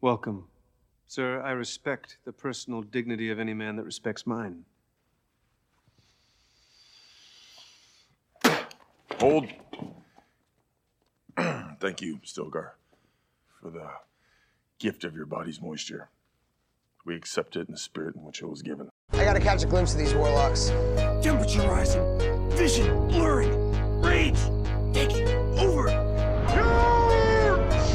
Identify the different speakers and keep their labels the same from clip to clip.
Speaker 1: Welcome. Sir, I respect the personal dignity of any man that respects mine.
Speaker 2: Hold. Thank you, Stilgar, for the gift of your body's moisture. We accept it in the spirit in which it was given.
Speaker 3: I gotta catch a glimpse of these warlocks.
Speaker 4: Temperature rising, vision blurring, rage taking over.
Speaker 5: You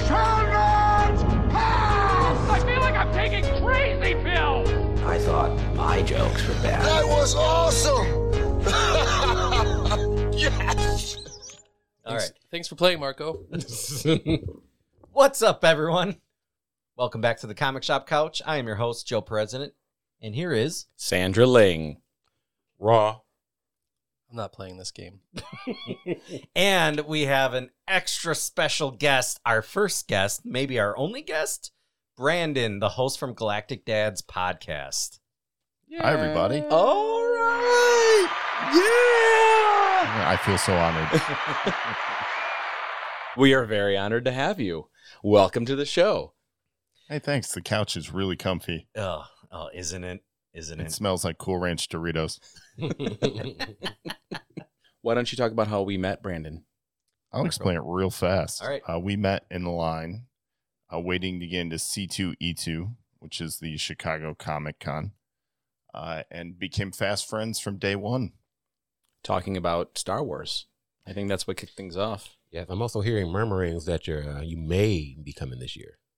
Speaker 5: shall not pass!
Speaker 6: I feel like I'm taking crazy pills!
Speaker 7: I thought my jokes were bad.
Speaker 3: That was awesome! yes!
Speaker 8: All right. Thanks for playing, Marco.
Speaker 9: What's up, everyone? Welcome back to the Comic Shop Couch. I am your host, Joe President, and here is
Speaker 10: Sandra Ling. Raw.
Speaker 8: I'm not playing this game.
Speaker 9: and we have an extra special guest, our first guest, maybe our only guest, Brandon, the host from Galactic Dad's podcast.
Speaker 11: Hi, everybody.
Speaker 9: All right. Yeah.
Speaker 11: I feel so honored.
Speaker 10: We are very honored to have you. Welcome to the show.
Speaker 11: hey, thanks. The couch is really comfy.
Speaker 9: Oh, oh isn't it? Isn't
Speaker 11: It
Speaker 9: it?
Speaker 11: smells like Cool Ranch Doritos.
Speaker 10: Why don't you talk about how we met, Brandon?
Speaker 11: I'll explain it real fast.
Speaker 9: All right.
Speaker 11: Uh, we met in line, uh, waiting to get into C2E2, which is the Chicago Comic Con, uh, and became fast friends from day one.
Speaker 10: Talking about Star Wars. I think that's what kicked things off.
Speaker 12: Yes, I'm also hearing murmurings that you're uh, you may be coming this year.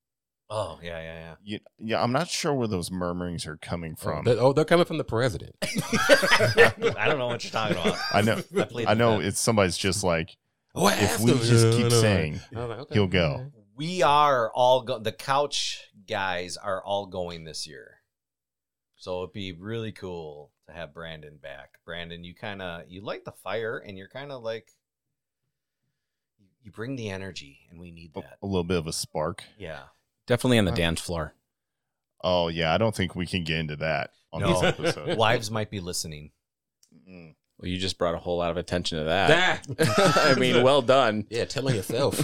Speaker 9: Oh, yeah, yeah, yeah.
Speaker 11: You, yeah, I'm not sure where those murmurings are coming
Speaker 12: Oh,
Speaker 11: from.
Speaker 12: they're, oh, they're coming from the president.
Speaker 9: I don't know what you're talking about.
Speaker 11: I know.
Speaker 9: I plead
Speaker 11: I
Speaker 9: the
Speaker 11: know
Speaker 9: fifth.
Speaker 11: it's somebody's just like,
Speaker 12: Oh, I
Speaker 11: If
Speaker 12: asked
Speaker 11: we
Speaker 12: him.
Speaker 11: just
Speaker 12: Yeah,
Speaker 11: keep
Speaker 12: I know.
Speaker 11: saying,
Speaker 12: I was like, okay,
Speaker 11: he'll go.
Speaker 12: okay.
Speaker 9: we are all go- the couch guys are all going this year so it'd be really cool to have brandon back brandon you kind of you light the fire and you're kind of like you bring the energy and we need
Speaker 11: a,
Speaker 9: that
Speaker 11: a little bit of a spark.
Speaker 9: yeah
Speaker 10: Definitely on the
Speaker 11: Wow.
Speaker 10: dance floor.
Speaker 11: Oh yeah, I don't think we can get into that on
Speaker 9: No.
Speaker 11: this episode.
Speaker 9: wives might be listening
Speaker 11: Mm.
Speaker 10: Well, you just brought a whole lot of attention to that.
Speaker 12: Ah!
Speaker 10: I mean, well done.
Speaker 12: yeah, telling yourself.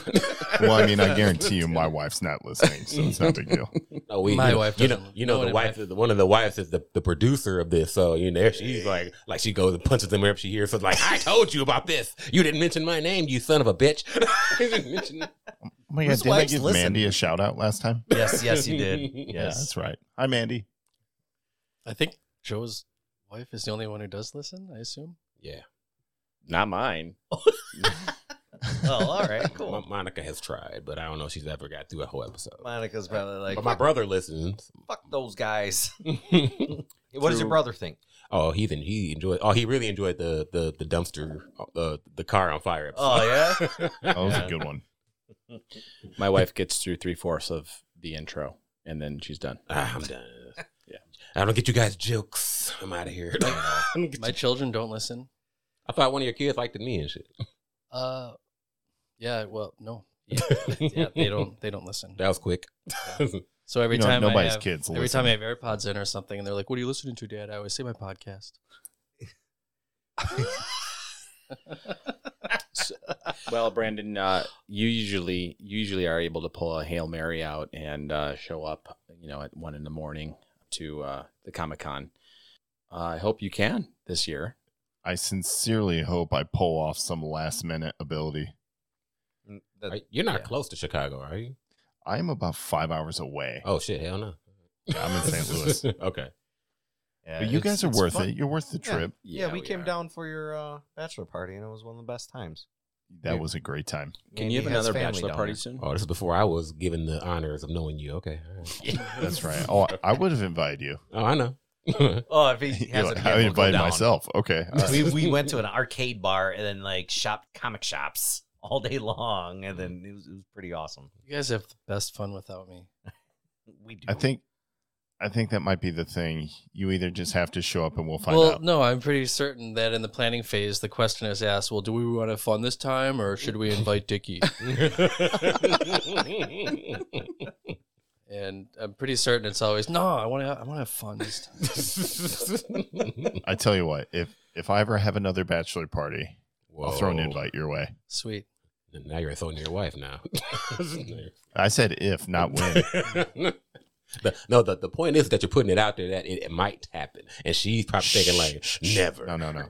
Speaker 11: Well, I mean, I guarantee you, my wife's not listening, so it's not a big deal.
Speaker 12: No, we,
Speaker 8: My
Speaker 12: you know,
Speaker 8: wife
Speaker 12: You know,
Speaker 8: doesn't
Speaker 12: you know
Speaker 8: know
Speaker 12: the
Speaker 8: it,
Speaker 12: wife.
Speaker 8: man.
Speaker 12: Is the, one of the wives is the, the producer of this. So you know, she's like, like she goes and punches them up. She hears something like, "I told you about this. You didn't mention my name, you son of a bitch." You didn't mention-
Speaker 11: Oh my god,
Speaker 9: Whose
Speaker 11: did I
Speaker 9: wife's
Speaker 11: give
Speaker 9: listening?
Speaker 11: Mandy a shout out last time?
Speaker 9: yes yes you did
Speaker 11: Yeah,
Speaker 9: yes
Speaker 11: that's right. Hi, Mandy.
Speaker 8: I think Joe's wife is the only one who does listen, I assume.
Speaker 12: yeah,
Speaker 10: Not mine.
Speaker 9: oh all right
Speaker 12: Mon-
Speaker 9: cool
Speaker 12: Monica has tried, but I don't know if she's ever got through a whole episode.
Speaker 9: monica's probably like
Speaker 12: but my brother listens.
Speaker 9: fuck those guys what does your
Speaker 10: True.
Speaker 9: brother think
Speaker 12: oh, he then he enjoyed. Oh, he really enjoyed the the the dumpster, uh, the car on fire.
Speaker 9: oh yeah
Speaker 11: That was
Speaker 9: Yeah.
Speaker 11: a good one.
Speaker 10: My wife gets through three fourths of the intro and then she's done.
Speaker 12: Ah, I'm done. yeah, I don't get you guys jokes. I'm out of here. I don't get
Speaker 8: My
Speaker 12: you-
Speaker 8: children don't listen.
Speaker 12: I thought one of your kids liked me and shit.
Speaker 8: Uh, yeah. Well, no. Yeah, yeah, they don't. They don't listen.
Speaker 12: That was quick.
Speaker 8: So every
Speaker 11: You know,
Speaker 8: time I
Speaker 11: nobody's
Speaker 8: have,
Speaker 11: kids
Speaker 8: every
Speaker 11: listen.
Speaker 8: time I have AirPods in or something, and they're like, "What are you listening to, Dad?" I always say my podcast.
Speaker 10: Well, Brandon, uh, you usually you usually are able to pull a hail mary out and uh, show up, you know, at one in the morning to uh, the Comic Con. Uh, I hope you can this year.
Speaker 11: I sincerely hope I pull off some last minute ability.
Speaker 9: That-
Speaker 12: Are- You're not
Speaker 9: yeah.
Speaker 12: close to Chicago, are you?
Speaker 11: I am about five hours away.
Speaker 12: Oh shit, hell no.
Speaker 11: I'm in St. Louis.
Speaker 12: okay.
Speaker 9: Yeah,
Speaker 11: but you
Speaker 9: it's-
Speaker 11: guys are
Speaker 9: it's
Speaker 11: worth
Speaker 9: fun.
Speaker 11: it. You're worth the trip.
Speaker 10: Yeah,
Speaker 9: Yeah, we,
Speaker 10: we
Speaker 9: came
Speaker 10: are.
Speaker 9: down for your uh, bachelor party, and it was one of the best times.
Speaker 11: That was a great time.
Speaker 10: Can
Speaker 9: Andy
Speaker 10: you have
Speaker 9: has
Speaker 10: another
Speaker 9: family
Speaker 10: bachelor
Speaker 9: down
Speaker 10: party
Speaker 9: there.
Speaker 10: soon?
Speaker 12: Oh, this is before I was given the honors of knowing you. Okay. all right.
Speaker 11: That's right. Oh, I would have invited you.
Speaker 12: Oh, I know. oh,
Speaker 9: Oh, if he
Speaker 11: You're
Speaker 9: has
Speaker 11: like,
Speaker 9: a
Speaker 11: I invited myself. Okay. Uh, All
Speaker 9: we
Speaker 11: right.
Speaker 9: we went to an arcade bar and then like shop comic shops all day long, and then it was it was pretty awesome.
Speaker 8: You guys have the best fun without me.
Speaker 9: We do.
Speaker 11: I think, I think that might be the thing. You either just have to show up and we'll find
Speaker 8: well,
Speaker 11: out.
Speaker 8: Oh. no, I'm pretty certain that in the planning phase, the question is asked: Well, do we want to have fun this time, or should we invite Dickie? and I'm pretty certain it's always no. I want to. I want to have fun this time.
Speaker 11: I tell
Speaker 12: Oh.
Speaker 11: you what, if if I ever have another bachelor party, I'll throw an invite your way.
Speaker 8: Sweet.
Speaker 12: And now you're a phone to your wife now.
Speaker 11: I said if, not when.
Speaker 12: The- no, the, the point is that you're putting it out there that it, it might happen. And she's probably thinking like, never.
Speaker 11: No, no, no.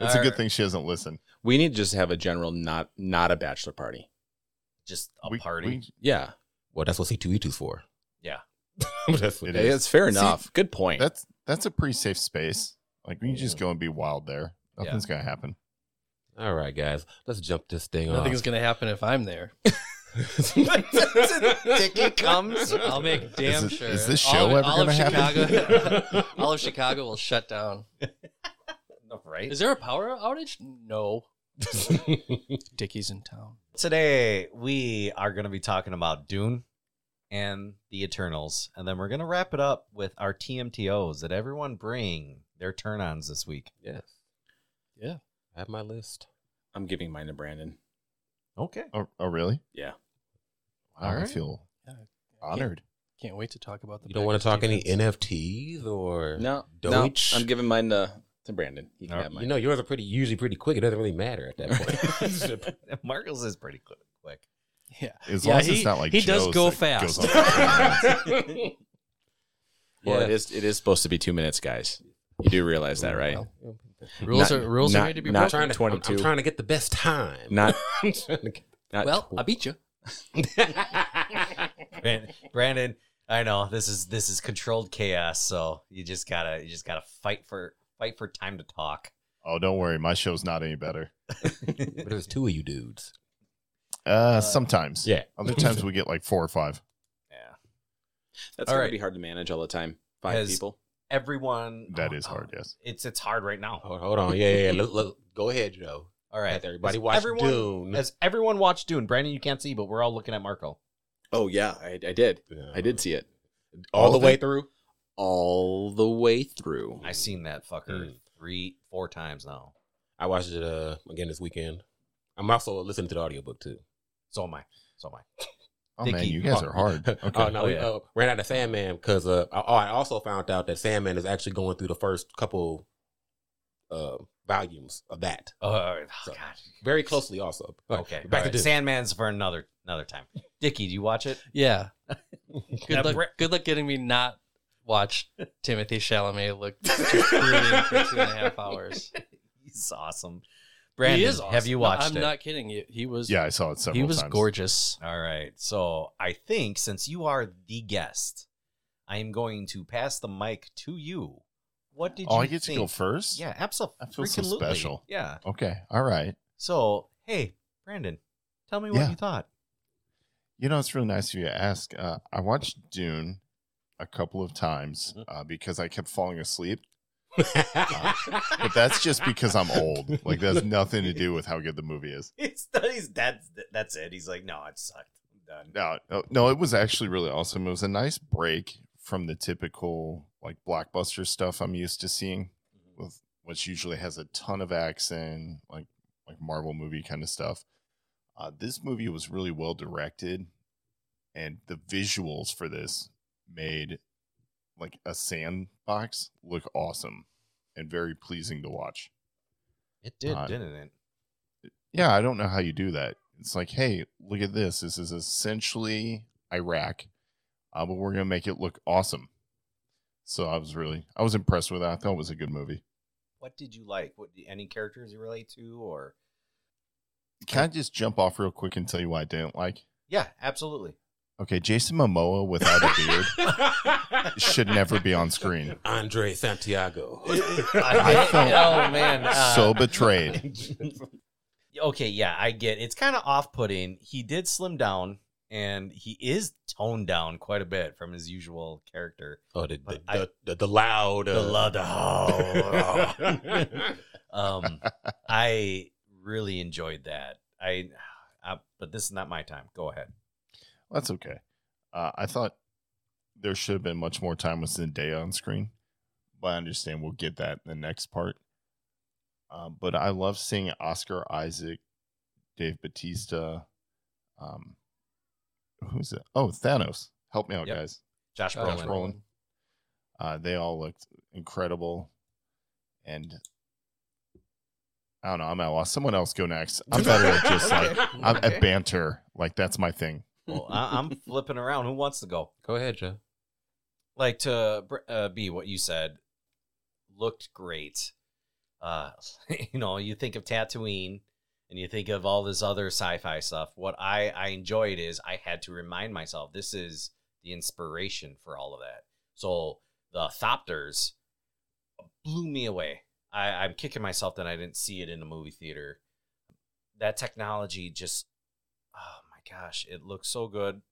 Speaker 10: It's
Speaker 11: a good thing she doesn't listen.
Speaker 10: We need to just have a general, not not a bachelor party.
Speaker 9: Just a party.
Speaker 10: Yeah,
Speaker 12: well, that's what C2E2's for.
Speaker 9: yeah.
Speaker 12: that's
Speaker 11: It
Speaker 12: what
Speaker 11: is.
Speaker 10: It's fair enough. Good point.
Speaker 11: That's that's a pretty safe space. Like we can just go and be wild there. Nothing's gonna happen.
Speaker 12: All right, guys. Let's jump this thing off.
Speaker 8: Nothing's gonna happen if I'm there.
Speaker 9: Dickie comes.
Speaker 8: I'll make damn
Speaker 11: Is it-
Speaker 8: sure.
Speaker 11: is this show
Speaker 8: all,
Speaker 11: ever
Speaker 8: all of
Speaker 11: gonna happen?
Speaker 8: Chicago, all of Chicago will shut down.
Speaker 9: Right.
Speaker 8: Is there a power outage? No. Dickie's in town.
Speaker 9: Today we are going to be talking about Dune and the Eternals, and then we're going to wrap it up with our TMTOs that everyone bring their turn-ons this week.
Speaker 12: Yes.
Speaker 8: Yeah.
Speaker 12: I have my list.
Speaker 10: I'm giving mine to Brandon.
Speaker 9: Okay.
Speaker 11: Oh, oh really?
Speaker 10: Yeah.
Speaker 11: Wow,
Speaker 8: All
Speaker 11: I
Speaker 8: right.
Speaker 11: feel
Speaker 8: Yeah.
Speaker 11: honored.
Speaker 8: Can't wait to talk about the.
Speaker 12: You don't want to talk any
Speaker 8: Packers
Speaker 12: NFTs or
Speaker 10: No,
Speaker 12: Deutsch?
Speaker 10: no. I'm giving mine to, to Brandon. He can
Speaker 9: No,
Speaker 10: have mine.
Speaker 12: you know, yours are pretty usually pretty quick. It doesn't really matter at that point.
Speaker 9: Marcos is pretty quick. quick.
Speaker 8: defense. Yeah.
Speaker 11: As
Speaker 8: Yeah,
Speaker 11: long as
Speaker 8: he-
Speaker 11: it's not like
Speaker 8: he does
Speaker 11: Joe's
Speaker 8: go
Speaker 11: that goes
Speaker 8: fast.
Speaker 11: on for three minutes.
Speaker 10: well,
Speaker 12: Yeah. Mm,
Speaker 10: it is it is supposed to be two minutes, guys. You do realize that, right? Not-
Speaker 8: Rules are rules
Speaker 10: not-
Speaker 8: are made to be
Speaker 10: not-
Speaker 12: trying
Speaker 8: broken.
Speaker 12: to, I'm- I'm,
Speaker 10: 22.
Speaker 12: trying to get the best time.
Speaker 10: Not,
Speaker 12: I'm trying to get-
Speaker 10: not
Speaker 8: Well, I beat you.
Speaker 9: Brandon, Brandon, I know this is this is controlled chaos, so you just gotta you just gotta fight for fight for time to talk.
Speaker 11: Oh, don't worry, my show's not any better.
Speaker 12: but there's two of you dudes.
Speaker 11: Uh, sometimes.
Speaker 12: yeah.
Speaker 11: Other times we get like four or five.
Speaker 9: Yeah.
Speaker 10: that's
Speaker 9: All
Speaker 10: gonna
Speaker 9: right.
Speaker 10: be hard to manage all the time. Five
Speaker 9: Has-
Speaker 10: people.
Speaker 9: Everyone
Speaker 11: That
Speaker 9: oh,
Speaker 11: is
Speaker 9: oh,
Speaker 11: hard, yes.
Speaker 9: It's it's hard right now.
Speaker 12: Hold, hold on. Yeah, yeah. yeah. Look, look, go ahead, Joe.
Speaker 9: All right.
Speaker 12: Has everybody
Speaker 9: Has
Speaker 12: watched
Speaker 9: everyone,
Speaker 12: Dune?
Speaker 9: Has everyone watched Dune? Brandon, you can't see, but we're all looking at Marco.
Speaker 10: Oh yeah, I, I did. I did see it
Speaker 12: all, the
Speaker 10: All
Speaker 12: way
Speaker 10: of it?
Speaker 12: through.
Speaker 10: all the way through.
Speaker 9: I seen that fucker
Speaker 12: Mm.
Speaker 9: three, four times now.
Speaker 12: I watched it uh, again this weekend. I'm also listening to the audiobook too.
Speaker 9: So am I. So am I.
Speaker 11: Oh man,
Speaker 9: Dickie.
Speaker 11: you guys are hard. Okay.
Speaker 12: Oh no, we
Speaker 9: yeah.
Speaker 12: uh, ran out of Sandman because uh, I, oh, I also found out that Sandman is actually going through the first couple uh, volumes of that
Speaker 9: Oh, all right. oh
Speaker 12: So-
Speaker 9: God.
Speaker 12: very closely. Also, All right,
Speaker 9: Okay. all
Speaker 12: back
Speaker 9: right.
Speaker 12: to Dune.
Speaker 9: Sandman's for another another time. Dickie, do you watch it?
Speaker 8: Yeah.
Speaker 9: Now,
Speaker 8: Good luck.
Speaker 9: Bra-
Speaker 8: Good luck getting me not watch Timothy Chalamet look brilliant for two and a half hours.
Speaker 9: He's awesome. Brandon, have you
Speaker 8: No,
Speaker 9: watched
Speaker 8: I'm
Speaker 9: it?
Speaker 8: not kidding you. He was.
Speaker 11: Yeah, I saw it several
Speaker 8: he was
Speaker 11: times.
Speaker 8: gorgeous.
Speaker 9: All right. So I think since you are the guest, I am going to pass the mic to you. What did
Speaker 11: Oh,
Speaker 9: you
Speaker 11: I get
Speaker 9: think?
Speaker 11: to go first?
Speaker 9: Yeah, absolutely.
Speaker 11: I feel so special.
Speaker 9: Yeah.
Speaker 11: Okay. All right.
Speaker 9: So, hey, Brandon, tell me what
Speaker 11: Yeah.
Speaker 9: you thought.
Speaker 11: You know, it's really nice of you to ask. Uh, I watched Dune a couple of times uh, because I kept falling asleep. But that's just because I'm old. Like that has nothing to do with how good the movie is.
Speaker 9: It's he's that's that's it. He's like, no, it sucked. I'm done.
Speaker 11: No, no, no, it was actually really awesome. It was a nice break from the typical like blockbuster stuff I'm used to seeing, with which usually has a ton of action, like like Marvel movie kind of stuff. Uh, this movie was really well directed, and the visuals for this made like a sandbox look awesome and very pleasing to watch.
Speaker 9: It did,
Speaker 11: Uh,
Speaker 9: didn't it?
Speaker 11: Yeah, I don't know how you do that. It's like, hey, look at this. This is essentially Iraq, uh, but we're gonna make it look awesome. So I was really, I was impressed with that. I thought it was a good movie.
Speaker 9: What did you like? What any characters you relate to, or
Speaker 11: Can I just jump off real quick and tell you what I didn't like?
Speaker 9: yeah, absolutely.
Speaker 11: Okay, Jason Momoa without a beard should never be on screen.
Speaker 12: Andre Santiago.
Speaker 11: I felt
Speaker 9: oh man, uh,
Speaker 11: so betrayed.
Speaker 9: okay, yeah, I get it's kind of off-putting. He did slim down, and he is toned down quite a bit from his usual character.
Speaker 12: oh, the the,
Speaker 9: I-
Speaker 12: the, the, the loud. uh,
Speaker 9: the love um i really enjoyed that I, I but this is not my time go ahead
Speaker 11: That's okay. Uh, I thought there should have been much more time with Zendaya on screen, but I understand we'll get that in the next part. Um, but I love seeing Oscar Isaac, Dave Batista, um, who's it? Oh, Thanos. Help me out,
Speaker 9: Yep.
Speaker 11: guys.
Speaker 9: josh
Speaker 8: Josh
Speaker 9: brolin
Speaker 11: Brolin. Uh, they all looked incredible, and I don't know. I'm at a loss. Someone else go next. I'm better at just like
Speaker 9: Okay.
Speaker 11: I'm
Speaker 9: Okay.
Speaker 11: at banter. Like that's my thing.
Speaker 9: Well, I, I'm flipping around. Who wants to go?
Speaker 12: Go ahead, Joe.
Speaker 9: like to br- uh, be what you said looked great. Uh, you know, you think of Tatooine and you think of all this other sci-fi stuff. What I I enjoyed is I had to remind myself this is the inspiration for all of that. So the Thopters blew me away. I, I'm kicking myself that I didn't see it in the movie theater. That technology just, oh my gosh, it looks so good.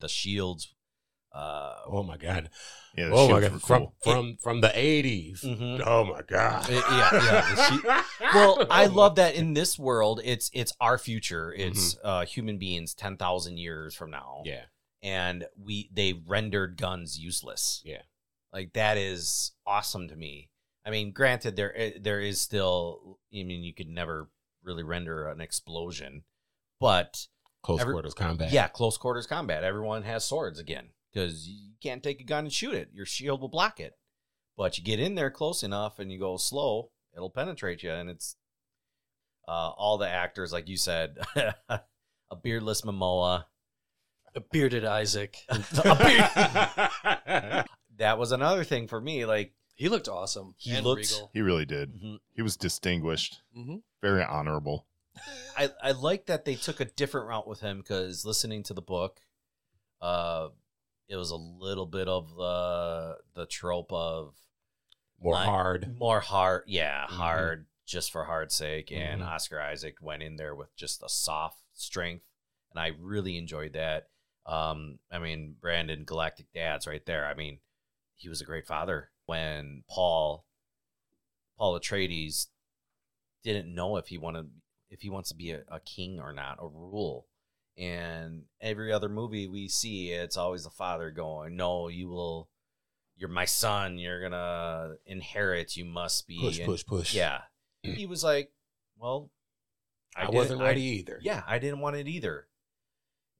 Speaker 9: The shields. Uh,
Speaker 12: Oh my god.
Speaker 11: Yeah, the
Speaker 12: oh my
Speaker 11: shields
Speaker 12: god.
Speaker 11: were
Speaker 12: From
Speaker 11: cool.
Speaker 12: from from the 80s.
Speaker 9: Mhm.
Speaker 12: Oh my god.
Speaker 9: Uh, yeah, yeah. the she- well, I love that in this world, it's it's our future. It's uh, human beings ten thousand years from now,
Speaker 12: Mm-hmm. Yeah.
Speaker 9: and we they rendered guns useless.
Speaker 12: Yeah.
Speaker 9: Like that is awesome to me. I mean, granted, there i- there is still. I mean, you could never really render an explosion, but
Speaker 12: Close
Speaker 9: Every-
Speaker 12: quarters combat.
Speaker 9: yeah, close quarters combat. Everyone has swords again because you can't take a gun and shoot it. Your shield will block it. But you get in there close enough and you go slow, it'll penetrate you. And it's uh, all the actors, like you said, a beardless Momoa.
Speaker 13: A bearded Isaac.
Speaker 9: That was another thing for me. Like,
Speaker 13: he looked awesome.
Speaker 9: He
Speaker 13: and
Speaker 9: looked-
Speaker 13: regal.
Speaker 11: He really did.
Speaker 9: Mhm.
Speaker 11: He was distinguished,
Speaker 13: Mm-hmm.
Speaker 11: very honorable.
Speaker 9: I, I like that they took a different route with him because listening to the book, uh, it was a little bit of the the trope of
Speaker 12: More
Speaker 9: Like-
Speaker 12: hard.
Speaker 9: more hard yeah
Speaker 12: Mhm.
Speaker 9: hard just for hard's sake and
Speaker 12: Mhm.
Speaker 9: oscar isaac went in there with just a soft strength and i really enjoyed that um i mean brandon galactic dad's right there i mean he was a great father when paul paul atreides didn't know if he wanted if he wants to be a, a king or not a rule and every other movie we see it's always the father going no you will you're my son you're gonna inherit you must be
Speaker 12: Push,
Speaker 9: and-
Speaker 12: push, push.
Speaker 9: yeah. He was like, well,
Speaker 12: I,
Speaker 9: didn't-
Speaker 12: wasn't ready either.
Speaker 9: yeah, I didn't want it either.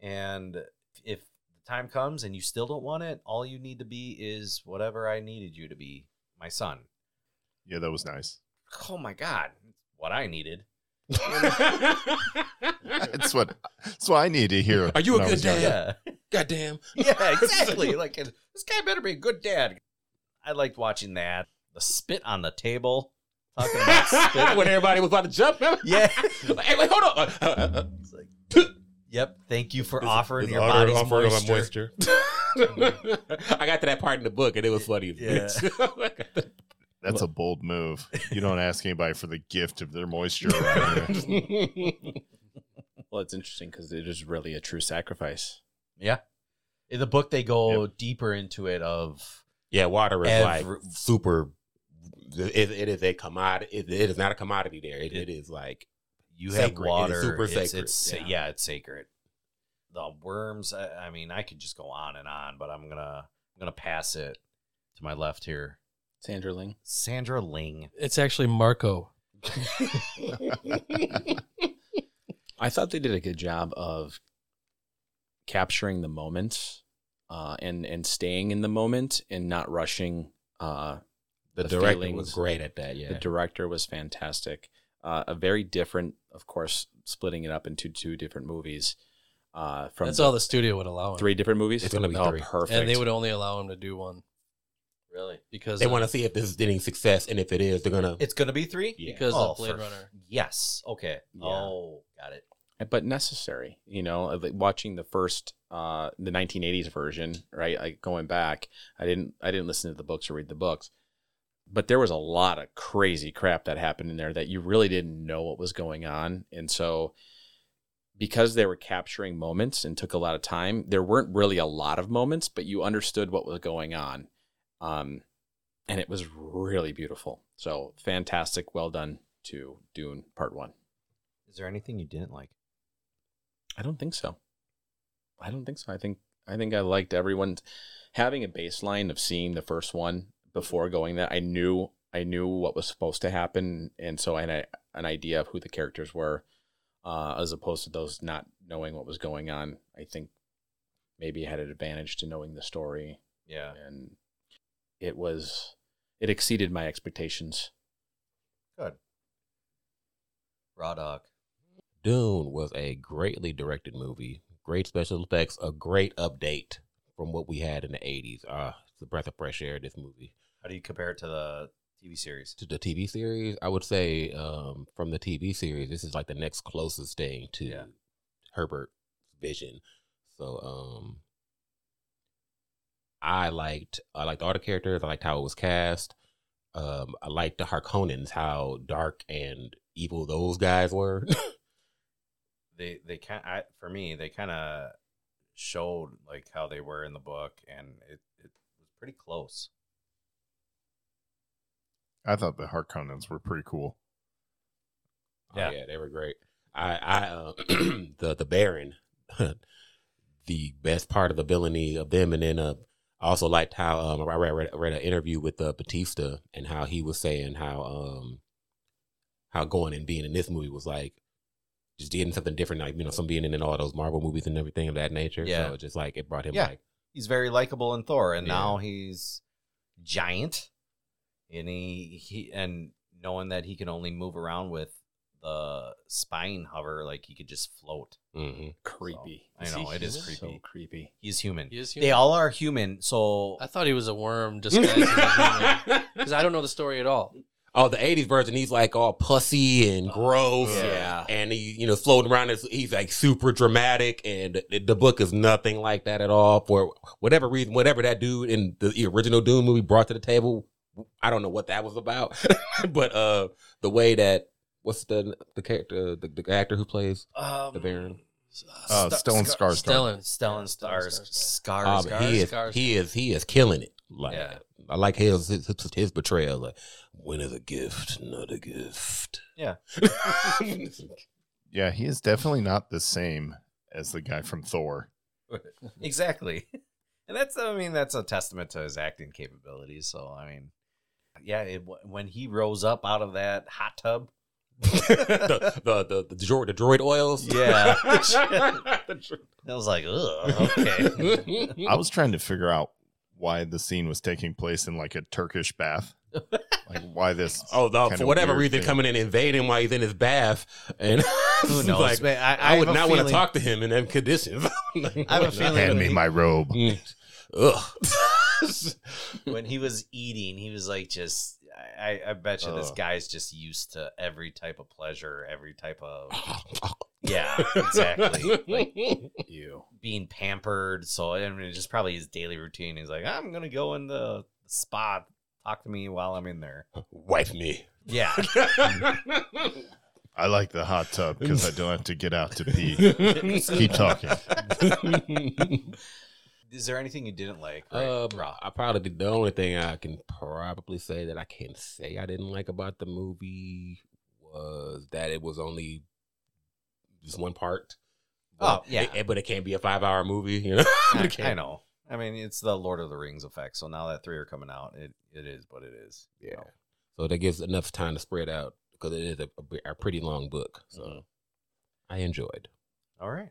Speaker 9: And if the time comes and you still don't want it, all you need to be is whatever I needed you to be, my son.
Speaker 11: Yeah, that was nice.
Speaker 9: Oh my God, what I needed.
Speaker 11: That's what. That's what I need to hear.
Speaker 12: Are you a
Speaker 11: when I
Speaker 12: good
Speaker 11: was young.
Speaker 12: dad?
Speaker 9: Yeah.
Speaker 12: God damn.
Speaker 9: Yeah, exactly. like this guy better be a good dad. I liked watching that. The spit on the table. Talking about spit.
Speaker 12: when everybody was about to jump. remember?
Speaker 9: Yeah.
Speaker 12: hey, wait, hold on. Uh, uh, uh,
Speaker 9: It's like, yep. Thank you for
Speaker 12: This-
Speaker 9: offering
Speaker 12: this
Speaker 9: your
Speaker 12: honor-
Speaker 9: body's
Speaker 12: offering of
Speaker 9: moisture.
Speaker 12: my moisture. I got to that part in the book and it was funny. as
Speaker 9: Yeah.
Speaker 12: bitch.
Speaker 11: That's a bold move. You don't ask anybody for the gift of their moisture. around here.
Speaker 8: Well, it's interesting because it is really a true sacrifice.
Speaker 9: Yeah. In the book, they go deeper into it of
Speaker 12: yeah, water is
Speaker 9: Every-
Speaker 12: like super. It, it is a commodity. It, it is not a commodity there. It, it is like
Speaker 9: you
Speaker 12: Sacred. It
Speaker 9: have
Speaker 12: is
Speaker 9: water.
Speaker 12: super
Speaker 9: it's,
Speaker 12: sacred.
Speaker 9: It's, yeah.
Speaker 12: Yeah.
Speaker 9: it's sacred. The worms. I, I mean, I could just go on and on, but I'm gonna I'm gonna pass it to my left here.
Speaker 8: Sanderling.
Speaker 9: Sandra Ling.
Speaker 13: It's actually Marco.
Speaker 8: I thought they did a good job of capturing the moment uh, and and staying in the moment and not rushing. Uh,
Speaker 12: the,
Speaker 8: The
Speaker 12: director
Speaker 8: feelings.
Speaker 12: was great at that. Yeah,
Speaker 8: The director was fantastic. Uh, a very different, of course, splitting it up into two different movies. Uh, from
Speaker 13: That's
Speaker 8: the-
Speaker 13: all the studio would allow him.
Speaker 8: three different movies.
Speaker 12: It's gonna be
Speaker 8: Oh,
Speaker 12: three.
Speaker 8: perfect.
Speaker 13: and they would only allow him to do one. Really? Because
Speaker 12: they
Speaker 13: of-
Speaker 12: want to see if this is any success, and if it is, they're gonna.
Speaker 9: It's gonna be three
Speaker 12: Yeah.
Speaker 13: because
Speaker 9: Oh,
Speaker 13: of Blade
Speaker 9: for-
Speaker 13: Runner.
Speaker 9: Yes. Okay.
Speaker 8: Yeah.
Speaker 9: Oh, got it.
Speaker 8: but necessary. You know, uh, like watching the first, uh, the 1980s version, right? Like going back, I didn't, I didn't listen to the books or read the books, but there was a lot of crazy crap that happened in there that you really didn't know what was going on, and so because they were capturing moments and took a lot of time, there weren't really a lot of moments, but you understood what was going on, um, and it was really beautiful. So fantastic, well done to Dune Part One.
Speaker 9: Is there anything you didn't like?
Speaker 8: I don't think so. I don't think so. I think I think I liked everyone having a baseline of seeing the first one before going that. I knew I knew what was supposed to happen, and so I had a, an idea of who the characters were, uh, as opposed to those not knowing what was going on. I think maybe I had an advantage to knowing the story,
Speaker 9: Yeah.
Speaker 8: and it was it exceeded my expectations.
Speaker 9: Raw Dog.
Speaker 12: Dune was a greatly directed movie, great special effects, a great update from what we had in the 80s. Uh, it's a breath of fresh air, this movie.
Speaker 9: How do you compare it to the TV series?
Speaker 12: To the TV series, I would say um, from the TV series, this is like the next closest thing to
Speaker 9: Yeah.
Speaker 12: Herbert's vision. So um, I liked I liked all the characters. I liked how it was cast. Um, I liked the Harkonnens, how dark and evil those guys were.
Speaker 9: They they kind I, for me they kind of showed like how they were in the book, and it it was pretty close.
Speaker 11: I thought the Harkonnens were pretty cool.
Speaker 12: yeah,
Speaker 9: Yeah.
Speaker 12: Oh, yeah they were great. I, I, uh, the the Baron, the best part of the villainy of them, and then uh, I also liked how um, I read, read read an interview with uh, Batista and how he was saying how um how going and being in this movie was like just doing something different, like you know, some being in all those Marvel movies and everything of that nature.
Speaker 9: Yeah.
Speaker 12: so it's just like it brought him
Speaker 9: Yeah.
Speaker 12: like
Speaker 9: He's very likable in Thor, and
Speaker 12: Yeah.
Speaker 9: now he's giant, and he, he and knowing that he can only move around with the spine hover, like he could just float.
Speaker 12: hmm
Speaker 10: Creepy.
Speaker 9: I know,
Speaker 10: it
Speaker 9: it
Speaker 10: is
Speaker 9: is creepy.
Speaker 10: So creepy.
Speaker 9: He's human.
Speaker 8: He is
Speaker 9: They
Speaker 8: human.
Speaker 9: all are human. So
Speaker 8: I thought he was a worm disguised as a human because I don't know the story at all.
Speaker 12: Oh, the '80s version. He's like all pussy and gross,
Speaker 9: Oh, Yeah.
Speaker 12: and he, you know, floating around. Is, he's like super dramatic, and the, the book is nothing like that at all. For whatever reason, whatever that dude in the original Doom movie brought to the table, I don't know what that was about. but uh the way that what's the the character, the, the actor who plays
Speaker 9: um,
Speaker 12: the Baron,
Speaker 11: Uh, Stellan Skarsgård.
Speaker 8: Stellan.
Speaker 9: Stellan Stars, Scar,
Speaker 12: Um,
Speaker 9: Scar-
Speaker 12: he is
Speaker 8: Skarsgård.
Speaker 12: he is he is killing it. Like
Speaker 9: Yeah.
Speaker 12: I like his his, his, his betrayal. Like, when is a gift, not a gift.
Speaker 9: Yeah.
Speaker 11: Yeah, he is definitely not the same as the guy from Thor.
Speaker 9: exactly. And that's, I mean, that's a testament to his acting capabilities. So, I mean, yeah, it, when he rose up out of that hot tub,
Speaker 12: the, the, the, the, droid, the droid oils.
Speaker 9: Yeah. I was like, ugh, okay.
Speaker 11: I was trying to figure out why the scene was taking place in like a Turkish bath. Like why this
Speaker 12: oh, no,
Speaker 11: kinda
Speaker 12: for whatever
Speaker 11: weird
Speaker 12: reason,
Speaker 11: thing.
Speaker 12: coming in and invade him while he's in his bath. And
Speaker 9: Who
Speaker 12: it's
Speaker 9: knows?
Speaker 12: like,
Speaker 9: man?
Speaker 12: I, would
Speaker 9: have a
Speaker 12: not want to
Speaker 9: feeling-
Speaker 12: talk to him in them conditions.
Speaker 9: I have a feeling
Speaker 11: hand
Speaker 9: when
Speaker 11: me
Speaker 9: he-
Speaker 11: my robe.
Speaker 12: Mm. Ugh.
Speaker 9: when he was eating, he was like, just, I, I bet you this
Speaker 11: Ugh.
Speaker 9: guy's just used to every type of pleasure, every type of, yeah, exactly. Like,
Speaker 10: You.
Speaker 9: being pampered. So I mean, it's just probably his daily routine. He's like, I'm gonna go in the spa. Talk to me while I'm in there.
Speaker 12: Wipe me.
Speaker 9: Yeah,
Speaker 11: I like the hot tub because I don't have to get out to pee. Keep
Speaker 12: Keep
Speaker 11: talking.
Speaker 9: is there anything you didn't like? Right?
Speaker 12: Um,
Speaker 9: Raw.
Speaker 12: I probably did- the only thing I can probably say that I can say I didn't like about the movie was that it was only just one part.
Speaker 9: Oh,
Speaker 12: But
Speaker 9: yeah.
Speaker 12: it- it- but it can't be a five-hour movie, you know.
Speaker 9: I,
Speaker 12: It
Speaker 9: I
Speaker 12: can't-
Speaker 9: know. I mean, it's the Lord of the Rings effect. So now that three are coming out, it, it is what it is. you
Speaker 12: Yeah.
Speaker 9: know.
Speaker 12: So that gives enough time to spread out because it is a, a, bit- a pretty long book. So
Speaker 9: Mhm.
Speaker 12: I enjoyed.
Speaker 9: All right,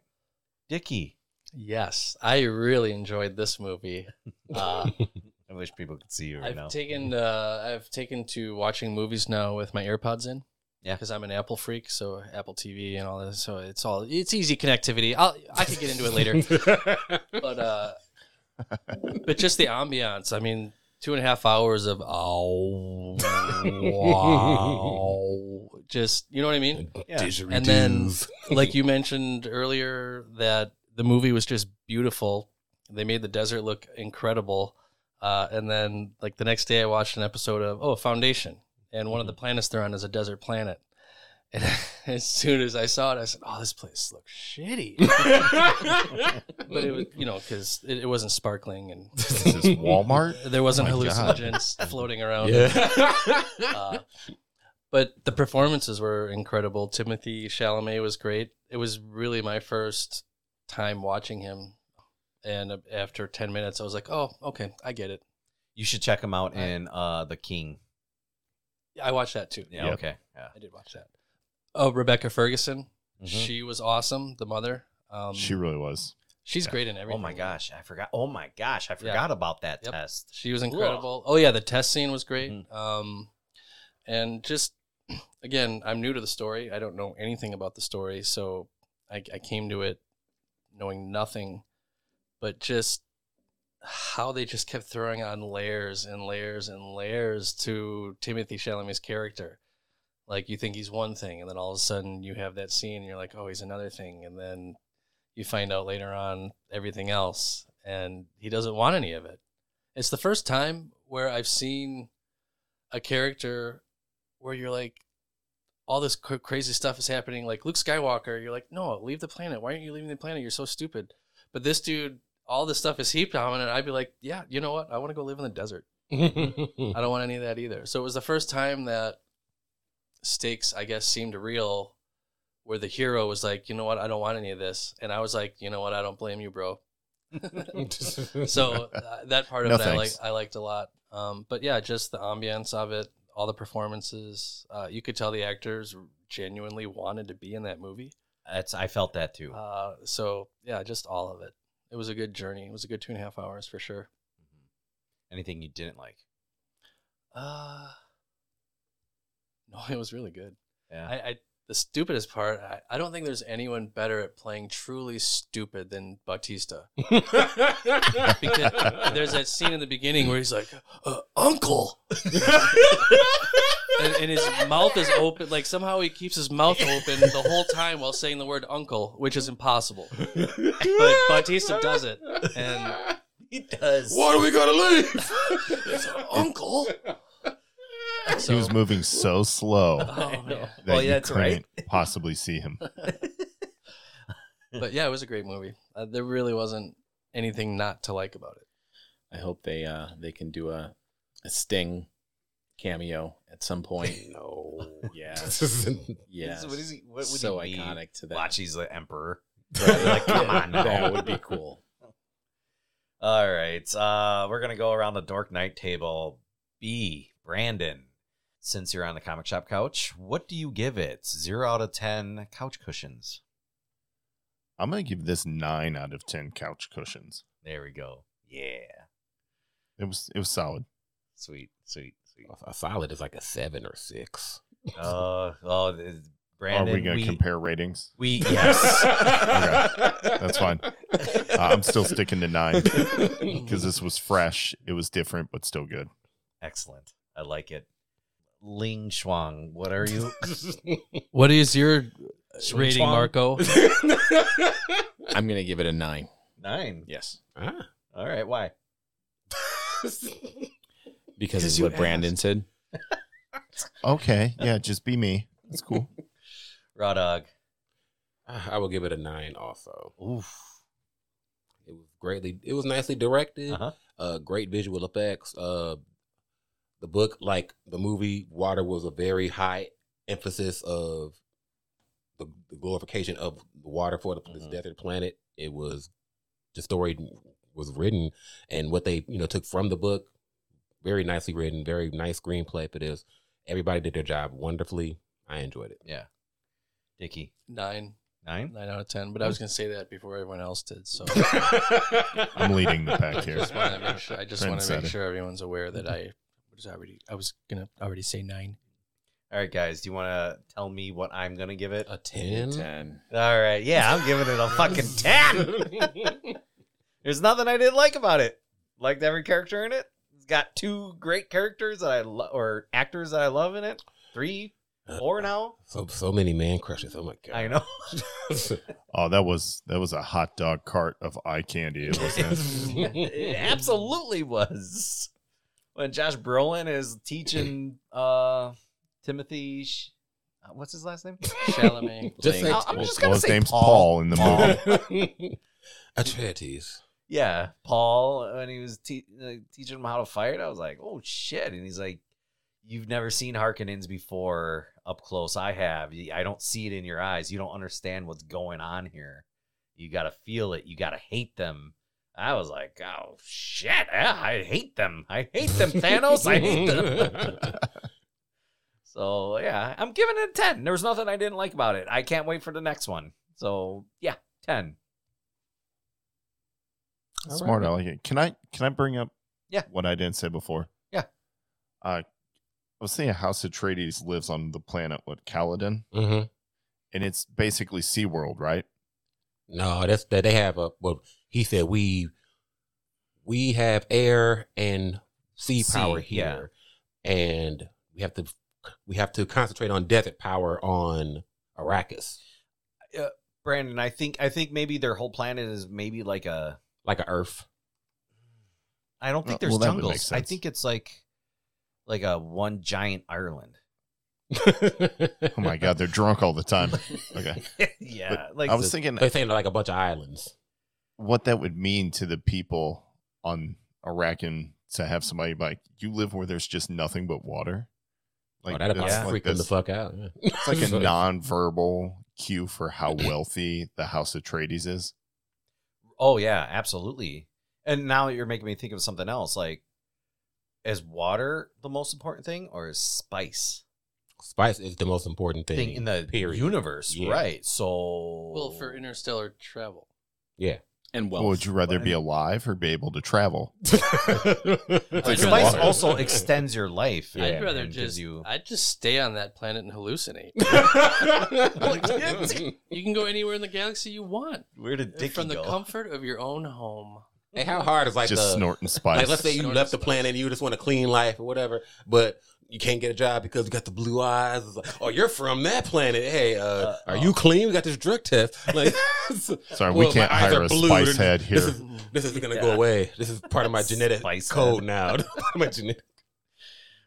Speaker 9: Dickie.
Speaker 8: Yes, I really enjoyed this movie. Uh,
Speaker 9: I wish people could see you right
Speaker 8: I've
Speaker 9: now.
Speaker 8: taken uh, I've taken to watching movies now with my AirPods in.
Speaker 9: Yeah.
Speaker 8: because I'm an Apple freak, so Apple TV and all that. So it's all it's easy connectivity. I'll I could get into it later, but uh, but just the ambiance. I mean, two and a half hours of oh wow, just you know what I mean.
Speaker 9: Yeah.
Speaker 8: And then-
Speaker 12: Didgeridoos.
Speaker 8: like you mentioned earlier that the movie was just beautiful they made the desert look incredible uh, and then like the next day i watched an episode of oh foundation and one of the planets they're on is a desert planet and as soon as i saw it i said oh this place looks shitty but it was you know because it, it wasn't sparkling and
Speaker 11: This is Walmart. Oh
Speaker 8: there wasn't
Speaker 11: My God.
Speaker 8: hallucinogens floating around
Speaker 12: yeah.
Speaker 8: uh, but the performances were incredible. Timothy Chalamet was great. It was really my first time watching him, and after ten minutes, I was like, "Oh, okay, I get it."
Speaker 9: You should check him out
Speaker 8: I-
Speaker 9: in uh, The King.
Speaker 8: I watched that too.
Speaker 9: Yeah.
Speaker 11: Yep.
Speaker 9: Okay. Yeah.
Speaker 8: I did watch that. Oh, Rebecca Ferguson,
Speaker 9: Mhm.
Speaker 8: she was awesome. The mother, um,
Speaker 11: She really was.
Speaker 8: she's
Speaker 9: yeah.
Speaker 8: great in
Speaker 9: oh
Speaker 8: everything.
Speaker 9: my gosh, I forgot. Oh my gosh, I forgot about that
Speaker 8: Yep.
Speaker 9: test. Mm-hmm.
Speaker 8: She was incredible. Oh yeah, the test scene was great. Um, and just again, I'm new to the story. I don't know anything about the story, so I, I came to it knowing nothing, but just how they just kept throwing on layers and layers and layers to Timothy Chalamet's character. Like you think he's one thing, and then all of a sudden you have that scene, and you're like, oh, he's another thing, and then you find out later on everything else, and he doesn't want any of it. It's the first time where I've seen a character where you're like, all this cr- crazy stuff is happening. Like Luke Skywalker, you're like, no, leave the planet. Why aren't you leaving the planet? You're so stupid. But this dude, all this stuff is heaped on him, and I'd be like, yeah, you know what? I want to go live in the desert. I don't want any of that either. So it was the first time that stakes, I guess, seemed real, where the hero was like, you know what? I don't want any of this, and I was like, you know what? I don't blame you, bro. so uh, that part of
Speaker 11: No
Speaker 8: it I like
Speaker 11: thanks.
Speaker 8: I liked a lot. Um, but yeah, just the ambiance of it, all the performances. Uh, you could tell the actors genuinely wanted to be in that movie.
Speaker 9: That's I felt that too.
Speaker 8: Uh, so yeah, just all of it. It was a good journey. It was a good two and a half hours for sure.
Speaker 9: Mm-hmm. Anything you didn't like?
Speaker 8: Uh, no, it was really good.
Speaker 9: Yeah.
Speaker 8: I, I the stupidest part. I, I don't think there's anyone better at playing truly stupid than Bautista. because there's that scene in the beginning where he's like, uh, "Uncle," and, and his mouth is open. Like somehow he keeps his mouth open the whole time while saying the word "uncle," which is impossible. But Bautista does it, and
Speaker 9: he does.
Speaker 5: Why do we gotta leave?
Speaker 8: it's an uncle. So-
Speaker 11: he was moving so slow
Speaker 8: Oh, man.
Speaker 11: that
Speaker 9: Well,
Speaker 11: you
Speaker 9: yeah, that's right.
Speaker 11: couldn't possibly see him.
Speaker 8: but yeah, it was a great movie. Uh, there really wasn't anything not to like about it.
Speaker 10: I hope they uh they can do a a sting cameo at some point.
Speaker 12: no.
Speaker 10: Yeah.
Speaker 9: Yes.
Speaker 10: Yeah.
Speaker 9: What is he? What would
Speaker 10: so
Speaker 9: he be?
Speaker 10: iconic to that.
Speaker 9: Watchie's the emperor.
Speaker 10: Right,
Speaker 9: like, come
Speaker 10: yeah,
Speaker 9: on, now.
Speaker 10: That would be cool.
Speaker 9: All right. Uh, we're gonna go around the Dork Night table. B. Brandon, since you're on the comic shop couch, what do you give it? Zero out of ten couch cushions.
Speaker 11: I'm gonna give this nine out of ten couch cushions.
Speaker 9: There we go. Yeah.
Speaker 11: It was it was solid.
Speaker 9: Sweet. Sweet. Sweet.
Speaker 12: A solid is like a seven or six.
Speaker 9: Uh, oh, th- Brandon.
Speaker 11: Are we gonna
Speaker 9: we,
Speaker 11: compare ratings?
Speaker 9: we- yes.
Speaker 11: Okay, that's fine. Uh, I'm still sticking to nine because this was fresh. It was different, but still good.
Speaker 9: Excellent. I like it. Ling Shuang, what are you?
Speaker 8: What is your rating,
Speaker 12: Schwang.
Speaker 8: Marco?
Speaker 10: I'm gonna give it a nine.
Speaker 9: Nine.
Speaker 10: Yes.
Speaker 12: Ah.
Speaker 9: All right. Why?
Speaker 10: Because it's what Brandon said.
Speaker 11: Okay, yeah, just be me. That's cool.
Speaker 9: Raw dog.
Speaker 12: I will give it a nine also.
Speaker 9: Oof.
Speaker 12: It was greatly it was nicely directed.
Speaker 9: Uh-huh.
Speaker 12: uh, great visual effects. Uh, the book, like the movie, Water was a very high emphasis of the, the glorification of the water for the this
Speaker 9: Mhm.
Speaker 12: desert planet. It was the story was written and what they you know took from the book, very nicely written, very nice screenplay for this. Everybody did their job wonderfully. I enjoyed it.
Speaker 9: Yeah. Dicky.
Speaker 8: Nine,
Speaker 9: Nine.
Speaker 8: nine out of ten. But I was gonna say that before everyone else did. So
Speaker 11: I'm leading the pack here.
Speaker 8: just wanna make sure- I just want to
Speaker 11: Trendsetter.
Speaker 8: make sure everyone's aware
Speaker 9: Mm-hmm.
Speaker 8: that I was already. I was gonna already say nine.
Speaker 9: All right, guys. Do you want to tell me what I'm gonna give it?
Speaker 12: A ten.
Speaker 10: Ten.
Speaker 9: All right. Yeah, I'm giving it a fucking ten. There's nothing I didn't like about it. Liked every character in it. It's got two great characters that I lo- or actors that I love in it. Three, four now.
Speaker 12: So so many man crushes. Oh my god.
Speaker 9: I know.
Speaker 11: Oh, that was that was a hot dog cart of eye candy. It was
Speaker 9: it absolutely was. When Josh Brolin is teaching uh Timothy, Sh- uh, what's his last name?
Speaker 8: Chalamet.
Speaker 12: Just say
Speaker 9: I- Oh, I'm just
Speaker 11: well,
Speaker 9: gonna
Speaker 11: his
Speaker 9: say
Speaker 11: name's Paul.
Speaker 9: Paul.
Speaker 11: in the
Speaker 9: Paul.
Speaker 11: movie.
Speaker 12: Atreides.
Speaker 9: Yeah, Paul. When he was te- uh, teaching him how to fight, I was like, "Oh shit!" And he's like, "You've never seen Harkonnens before up close. I have. You- I don't see it in your eyes. You don't understand what's going on here. You got to feel it. You got to hate them." I was like, "Oh shit! Yeah, I hate them. I hate them, Thanos. I hate them." So yeah, I'm giving it a ten. There was nothing I didn't like about it. I can't wait for the next one. So yeah, ten.
Speaker 11: Smart, I like it. Can I can I bring up
Speaker 9: Yeah.
Speaker 11: what I didn't say before?
Speaker 9: Yeah.
Speaker 11: Uh I was thinking House Atreides lives on the planet what Caladan,
Speaker 12: Mhm.
Speaker 11: and it's basically SeaWorld, right?
Speaker 12: No, that's that they have a. Well, he said we we have air and sea
Speaker 9: Sea,
Speaker 12: power here, and we have to we have to concentrate on desert power on Arrakis,
Speaker 9: Uh, Brandon, I think I think maybe their whole planet is maybe like a.
Speaker 12: like a Earth.
Speaker 9: I don't think
Speaker 11: Uh,
Speaker 9: there's
Speaker 11: well, that would make
Speaker 9: jungles. I
Speaker 11: sense.
Speaker 9: think it's like like a one giant island.
Speaker 11: Oh my god, they're drunk all the time. Okay,
Speaker 9: yeah,
Speaker 11: But
Speaker 9: like
Speaker 11: I was
Speaker 9: the-
Speaker 11: thinking
Speaker 12: They're saying like a bunch of islands.
Speaker 11: what that would mean to the people on Iraq and to have somebody like you live where there's just nothing but water.
Speaker 12: Like, oh, that'd
Speaker 11: that's
Speaker 12: probably
Speaker 9: yeah.
Speaker 12: freak them the
Speaker 11: this-
Speaker 12: fuck out. yeah.
Speaker 11: It's like a nonverbal cue for how wealthy the House Atreides is.
Speaker 9: Oh yeah, absolutely. And now you're making me think of something else. Like, is water the most important thing, or is spice
Speaker 12: Spice is the most important thing,
Speaker 9: thing, in the
Speaker 12: period.
Speaker 9: universe?
Speaker 12: Yeah.
Speaker 9: Right. So,
Speaker 8: Well, for interstellar travel.
Speaker 12: Yeah.
Speaker 10: and
Speaker 11: Well,
Speaker 10: wealth.
Speaker 11: would you rather be alive or be able to travel?
Speaker 9: But
Speaker 11: like
Speaker 9: spice
Speaker 11: water.
Speaker 9: also extends your life.
Speaker 12: Yeah,
Speaker 9: and-
Speaker 8: I'd rather
Speaker 9: and gives
Speaker 8: just
Speaker 9: you.
Speaker 8: I'd just stay on that planet and hallucinate. you can go anywhere in the galaxy you want
Speaker 9: Where did Dickie
Speaker 8: from the
Speaker 9: go?
Speaker 8: comfort of your own home.
Speaker 12: And how hard is like
Speaker 11: just
Speaker 12: the,
Speaker 11: snorting spice.
Speaker 12: Like, let's say you
Speaker 8: Snorting
Speaker 12: left the
Speaker 8: spice.
Speaker 12: planet and you just want a clean life or whatever, but you can't get a job because you got the blue eyes. It's like, oh, you're from that planet. Hey, uh,
Speaker 9: Uh,
Speaker 12: are
Speaker 9: uh.
Speaker 12: you clean? We got this drug test. Like,
Speaker 11: Sorry,
Speaker 12: well,
Speaker 11: Uh, we
Speaker 12: my
Speaker 11: can't
Speaker 12: eyes
Speaker 11: hire
Speaker 12: are
Speaker 11: a
Speaker 12: blue.
Speaker 11: spice head here.
Speaker 12: This is, this is gonna go
Speaker 9: Yeah.
Speaker 12: away. This is part of my genetic
Speaker 9: Spice
Speaker 12: code
Speaker 9: head.
Speaker 12: now. Part of my genetic.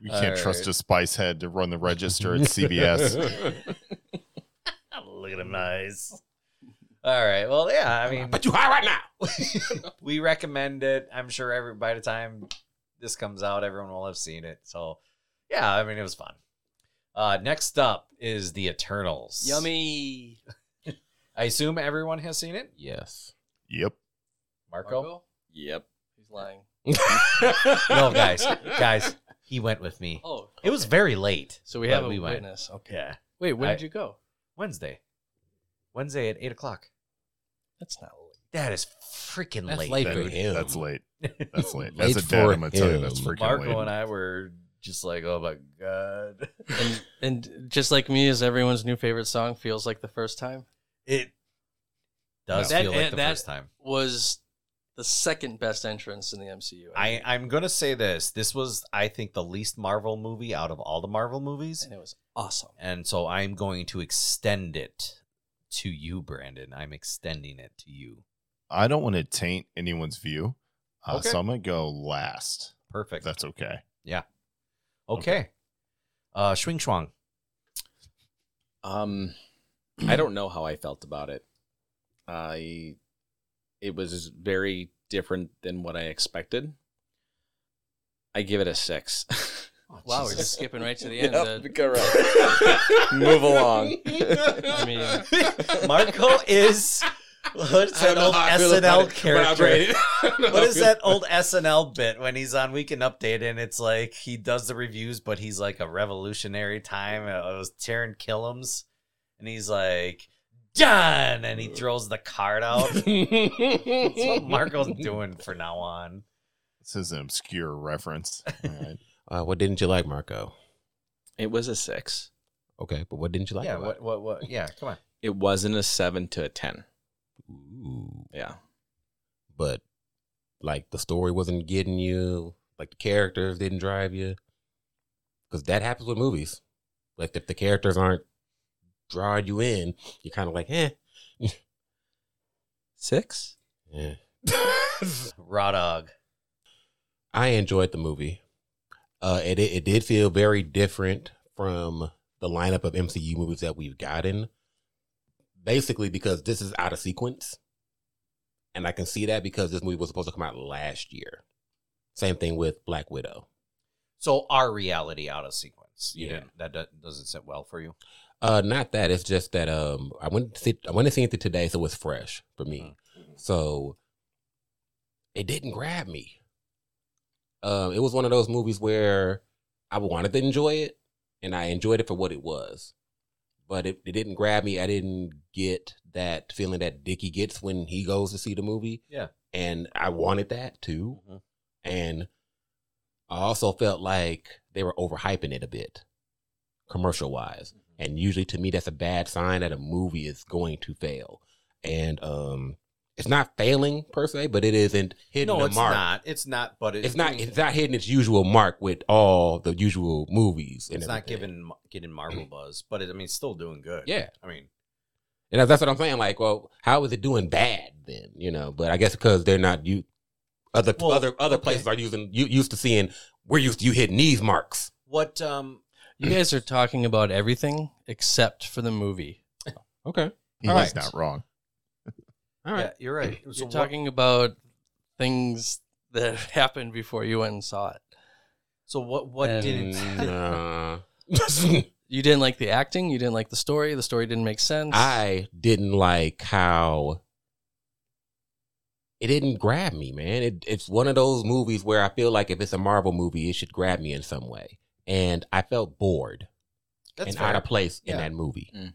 Speaker 11: we can't
Speaker 9: All
Speaker 11: trust
Speaker 9: right.
Speaker 11: a spice head to run the register at CBS.
Speaker 9: Look at him, nice. All right. Well, yeah. I mean,
Speaker 12: but you high right now.
Speaker 9: we recommend it. I'm sure every by the time this comes out, everyone will have seen it. So, yeah, I mean, it was fun. Uh, next up is the Eternals.
Speaker 8: Yummy.
Speaker 9: I assume everyone has seen it.
Speaker 12: Yes.
Speaker 11: yep.
Speaker 9: Marco,
Speaker 10: Yep.
Speaker 8: He's lying.
Speaker 9: no, guys, guys, he went with me.
Speaker 8: Oh,
Speaker 9: It was very late.
Speaker 8: so we
Speaker 9: but
Speaker 8: have a
Speaker 9: we went.
Speaker 8: witness. Okay.
Speaker 9: Yeah,
Speaker 8: Wait, when
Speaker 9: I-
Speaker 8: did you go?
Speaker 9: Wednesday, Wednesday at eight o'clock.
Speaker 8: That's not late.
Speaker 9: That is freaking
Speaker 12: That's
Speaker 9: late.
Speaker 12: late
Speaker 11: That-
Speaker 12: for him.
Speaker 11: that's late. That's late.
Speaker 12: Late
Speaker 11: That's a dad.
Speaker 12: for
Speaker 11: I'm gonna tell you. That's
Speaker 12: him.
Speaker 11: freaking
Speaker 9: Marco
Speaker 11: late.
Speaker 9: and I were just like, oh my god.
Speaker 8: And just like me, is everyone's new favorite song feels like the first time
Speaker 9: it does
Speaker 8: That-
Speaker 9: feel like the
Speaker 8: that-
Speaker 9: first time.
Speaker 8: was the second best entrance in the MCU.
Speaker 9: I, I'm gonna say this. This was, I think, the least Marvel movie out of all the Marvel movies,
Speaker 8: and it was awesome.
Speaker 9: and so I'm going to extend it to you, Brandon. I'm extending it to you.
Speaker 11: I don't want to taint anyone's view, uh,
Speaker 9: Okay.
Speaker 11: so I'm gonna go last. If
Speaker 9: Perfect.
Speaker 11: that's okay.
Speaker 9: okay. Uh, Schwing Schwang.
Speaker 10: Um, I don't know how I felt about it. I, it was very different than what I expected. I give it a six.
Speaker 12: Oh,
Speaker 8: wow, we're
Speaker 10: Jesus.
Speaker 8: just skipping right to the end.
Speaker 9: uh,
Speaker 10: Yep,
Speaker 8: The-
Speaker 10: correct. Move along.
Speaker 8: I mean,
Speaker 9: Marco is what is
Speaker 12: I
Speaker 9: that
Speaker 12: don't know
Speaker 9: old
Speaker 12: how I feel about it,
Speaker 9: SNL
Speaker 12: but I rate
Speaker 9: character?
Speaker 12: it. I don't know
Speaker 9: What
Speaker 12: how I
Speaker 9: is
Speaker 12: feel-
Speaker 9: that old SNL bit when he's on Weekend Update and it's like he does the reviews, but he's like a revolutionary time. It was Taryn Killams, and he's like done, and he throws the card out. That's what Marco's doing for now on.
Speaker 11: This is an obscure reference. All right.
Speaker 12: Uh, what didn't you like, Marco?
Speaker 10: It was a six.
Speaker 12: Okay, but what didn't you like?
Speaker 9: yeah,
Speaker 12: about
Speaker 9: what, what, what? Yeah, come on.
Speaker 10: It wasn't a seven to a ten.
Speaker 12: it? Ooh.
Speaker 10: Yeah.
Speaker 12: but like the story wasn't getting you, like the characters didn't drive you, because that happens with movies. Like if the characters aren't drawing you in, you're kind of like, eh,
Speaker 10: Six?
Speaker 12: yeah.
Speaker 9: Raw dog.
Speaker 12: I enjoyed the movie. Uh, it it it did feel very different from the lineup of MCU movies that we've gotten, basically because this is out of sequence, and I can see that because this movie was supposed to come out last year. Same thing with Black Widow.
Speaker 9: So our reality out of sequence. You
Speaker 12: Yeah.
Speaker 9: didn't- that do- doesn't sit well for you.
Speaker 12: Uh, not that. It's just that um, I went to see, I went to see it today, so it's fresh for me. So it didn't grab me. Um, it was one of those movies where I wanted to enjoy it, and I enjoyed it for what it was, but it, it didn't grab me. I didn't get that feeling that Dickie gets when he goes to see the movie.
Speaker 9: Yeah. Mm-hmm.
Speaker 12: and I wanted that too.
Speaker 9: Mhm.
Speaker 12: And I also felt like they were overhyping it a bit, commercial wise.
Speaker 9: Mm-hmm.
Speaker 12: And usually to me, that's a bad sign that a movie is going to fail. And um, it's not failing per se, but it isn't hitting
Speaker 9: no,
Speaker 12: the
Speaker 9: it's
Speaker 12: mark.
Speaker 9: not. It's not. But
Speaker 12: It's not. It's not hitting its usual mark with all the usual movies. And
Speaker 9: It's not
Speaker 12: everything.
Speaker 9: giving getting Marvel buzz, but it, I mean, it's still doing good.
Speaker 12: Yeah.
Speaker 9: I mean,
Speaker 12: And that's- that's what I'm saying. Like, well, how is it doing bad then? You know, but I guess because they're not you. Other
Speaker 9: Well,
Speaker 12: other other places are using you used to seeing we're used to you hitting these marks.
Speaker 9: what? Um,
Speaker 8: You guys are talking about everything except for the movie.
Speaker 12: Okay,
Speaker 11: He's
Speaker 9: All right.
Speaker 11: not wrong.
Speaker 12: all right.
Speaker 9: Yeah, you're right. So
Speaker 8: You're
Speaker 9: what-
Speaker 8: talking about things that happened before you went and saw it.
Speaker 9: So what? What didn't?
Speaker 12: And, uh,
Speaker 8: You didn't like the acting. You didn't like the story. The story didn't make sense.
Speaker 12: I didn't like how it didn't grab me, man. It, it's one of those movies where I feel like if it's a Marvel movie, it should grab me in some way, and I felt bored.
Speaker 9: That's
Speaker 12: and
Speaker 9: fair.
Speaker 12: out of place in
Speaker 9: Yeah.
Speaker 12: that movie.
Speaker 10: Mm.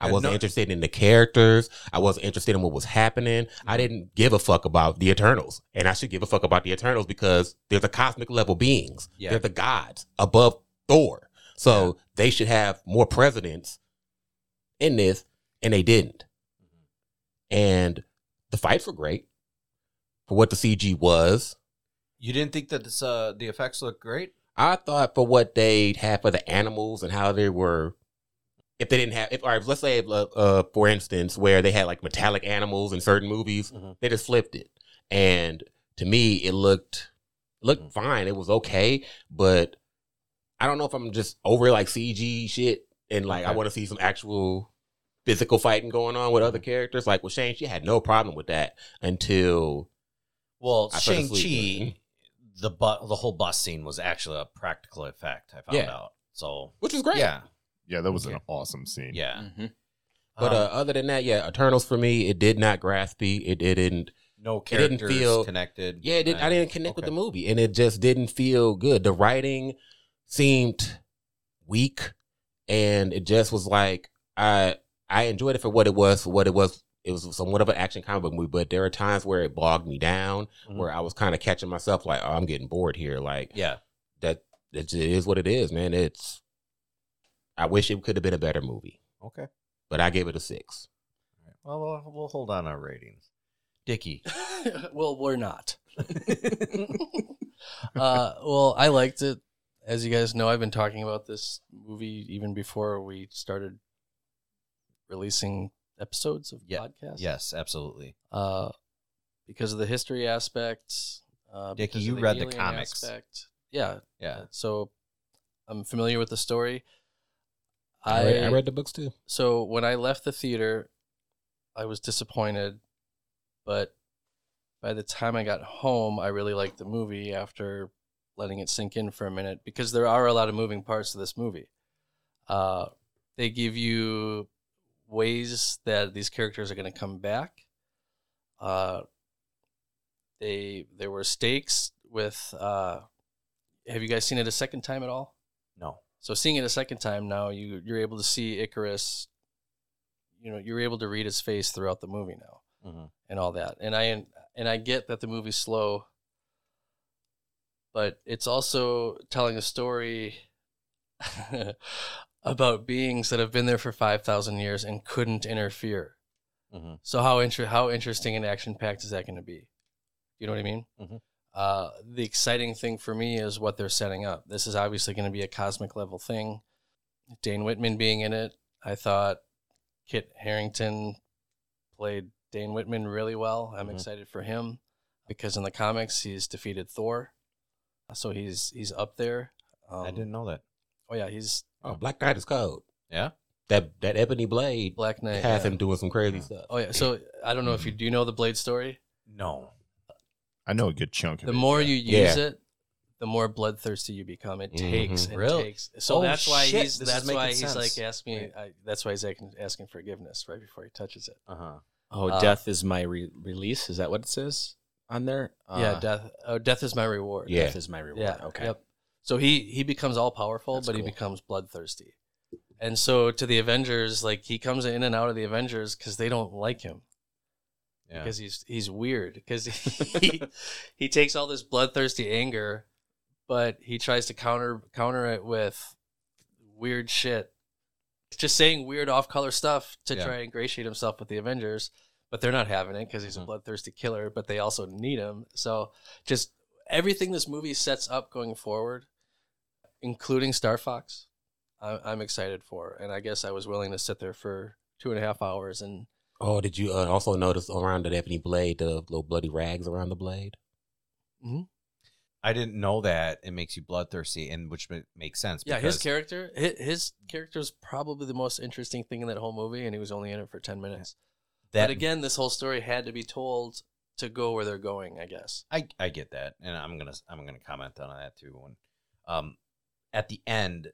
Speaker 12: I
Speaker 9: And
Speaker 12: wasn't
Speaker 9: no-
Speaker 12: interested in the characters. I wasn't interested in what was happening. I
Speaker 9: Mm-hmm.
Speaker 12: didn't give a fuck about the Eternals, and I should give a fuck about the Eternals because they're the cosmic level beings.
Speaker 9: Yeah.
Speaker 12: They're the gods above Thor, so they should have more precedence in this, and they didn't.
Speaker 9: Mm-hmm.
Speaker 12: And the fights were great for what the CG was.
Speaker 9: You didn't think that this, uh, the effects look great?
Speaker 12: I thought for what they had for the animals and how they were, if they didn't have, if, all right, let's say, uh, uh, for instance, where they had like metallic animals in certain movies,
Speaker 9: Mhm.
Speaker 12: they just flipped it. And to me, it looked, it looked
Speaker 9: Mhm.
Speaker 12: fine. It was okay, but I don't know if I'm just over like CG shit and like I
Speaker 9: Okay.
Speaker 12: want to see some actual physical fighting going on with
Speaker 9: Mm-hmm.
Speaker 12: other characters. Like with Shane, she had no problem with that until
Speaker 9: Well,
Speaker 12: I fell
Speaker 9: Shang
Speaker 12: asleep.
Speaker 9: Chi, the bu- the whole bus scene was actually a practical effect. I found
Speaker 12: Yeah.
Speaker 9: out. So
Speaker 12: which was great.
Speaker 9: yeah,
Speaker 11: Yeah, that was an
Speaker 9: Okay.
Speaker 11: awesome scene.
Speaker 9: yeah.
Speaker 8: Mm.
Speaker 10: Mm-hmm.
Speaker 12: But
Speaker 9: Um,
Speaker 12: uh, other than that, yeah, Eternals for me, it did not grasp me. It didn't.
Speaker 9: no
Speaker 12: didn't
Speaker 9: characters
Speaker 12: feel-
Speaker 9: connected.
Speaker 12: Yeah, it didn't, I
Speaker 9: and-
Speaker 12: didn't connect with
Speaker 9: okay.
Speaker 12: the movie, and it just didn't feel good. The writing seemed weak, and it just was like I I enjoyed it for what it was. For what it was, it was somewhat of an action comic book movie, but there are times where it bogged me down,
Speaker 9: Mhm.
Speaker 12: where I was kind of catching myself like, oh, I'm getting bored here. Like
Speaker 9: Yeah,
Speaker 12: that, that it is what it is, man. It's I wish it could have been a better movie,
Speaker 9: okay.
Speaker 12: but I gave it a six.
Speaker 9: All right. Well, we'll we'll hold on our ratings. Dicky,
Speaker 8: well, we're not. uh, well, I liked it. As you guys know, I've been talking about this movie even before we started releasing episodes of
Speaker 9: Yeah,
Speaker 8: podcasts.
Speaker 9: yes, absolutely.
Speaker 8: Uh, because of the history aspect. Uh,
Speaker 9: Dickie,
Speaker 8: because of
Speaker 9: you read the
Speaker 8: alien
Speaker 9: comics.
Speaker 8: Aspect. Yeah.
Speaker 9: Yeah,
Speaker 8: So I'm familiar with the story.
Speaker 12: I read, I read the books too.
Speaker 8: so when I left the theater, I was disappointed, but by the time I got home, I really liked the movie after letting it sink in for a minute because there are a lot of moving parts to this movie. Uh, they give you ways that these characters are going to come back. Uh, they there were stakes with. Uh, have you guys seen it a second time at all?
Speaker 9: no.
Speaker 8: So seeing it a second time now, you you're able to see Icarus. You know, you're able to read his face throughout the movie now,
Speaker 9: Mhm.
Speaker 8: and all that. And I and I get that the movie's slow, but it's also telling a story about beings that have been there for five thousand years and couldn't interfere.
Speaker 9: Mhm.
Speaker 8: So how inter- how interesting and action packed is that going to be? You know what I mean?
Speaker 9: Mhm.
Speaker 8: Uh, the exciting thing for me is what they're setting up. This is obviously going to be a cosmic level thing. Dane Whitman being in it, I thought Kit Harrington played Dane Whitman really well. I'm
Speaker 9: Mhm.
Speaker 8: excited for him because in the comics he's defeated Thor, so he's he's up there. Um,
Speaker 9: I didn't know that.
Speaker 8: Oh yeah, he's
Speaker 12: Oh, Black Knight is cold.
Speaker 9: Yeah?
Speaker 12: That that ebony blade
Speaker 8: Black Knight.
Speaker 12: has
Speaker 8: yeah.
Speaker 12: him doing some crazy
Speaker 9: Yeah. Mm.
Speaker 12: stuff.
Speaker 8: Oh yeah. So I don't know if you do you know the Blade story.
Speaker 9: No.
Speaker 11: I know a good chunk of
Speaker 8: The
Speaker 11: it.
Speaker 8: more
Speaker 11: yeah.
Speaker 8: you
Speaker 12: Yeah.
Speaker 8: use it, the more bloodthirsty you become. It
Speaker 10: Mm-hmm.
Speaker 12: Mhm.
Speaker 8: takes and
Speaker 9: Really?
Speaker 8: takes. So
Speaker 9: Oh,
Speaker 8: that's why
Speaker 9: shit,
Speaker 8: he's
Speaker 9: this is
Speaker 8: that's
Speaker 9: making
Speaker 8: why he's
Speaker 9: sense.
Speaker 8: like ask me.
Speaker 9: Wait.
Speaker 8: I, that's why he's asking, asking forgiveness right before he touches it.
Speaker 9: Uh huh.
Speaker 10: Oh,
Speaker 8: Uh,
Speaker 10: death is my re- release. Is that what it says on there?
Speaker 8: yeah,
Speaker 10: Uh,
Speaker 8: death. Oh, death is my reward.
Speaker 12: Yeah.
Speaker 10: death is my reward.
Speaker 8: Yeah.
Speaker 10: okay.
Speaker 8: Yep. So he he becomes all powerful,
Speaker 10: That's
Speaker 8: but he
Speaker 10: cool.
Speaker 8: becomes bloodthirsty. And so to the Avengers, like he comes in and out of the Avengers because they don't like him.
Speaker 9: Yeah.
Speaker 8: because he's he's weird because he, he takes all this bloodthirsty anger but he tries to counter counter it with weird shit. Just saying weird off color stuff to
Speaker 9: Yeah.
Speaker 8: try and ingratiate himself with the Avengers, but they're not having it because
Speaker 10: Mm-hmm.
Speaker 8: he's a bloodthirsty killer, but they also need him. So just everything this movie sets up going forward, including Star Fox, I, I'm excited for. And I guess I was willing to sit there for two and a half hours and
Speaker 12: Oh, did you uh, also notice around the ebony blade, the little bloody rags around the blade?
Speaker 9: I didn't know that it makes you bloodthirsty, and which ma- makes sense.
Speaker 8: Yeah, his
Speaker 9: because-
Speaker 8: character, hi- his character is probably the most interesting thing in that whole movie, and he was only in it for ten minutes.
Speaker 9: That-
Speaker 8: but again, this whole story had to be told to go where they're going. I guess.
Speaker 9: I I get that, and I'm gonna I'm gonna comment on that too. When, um, at the end,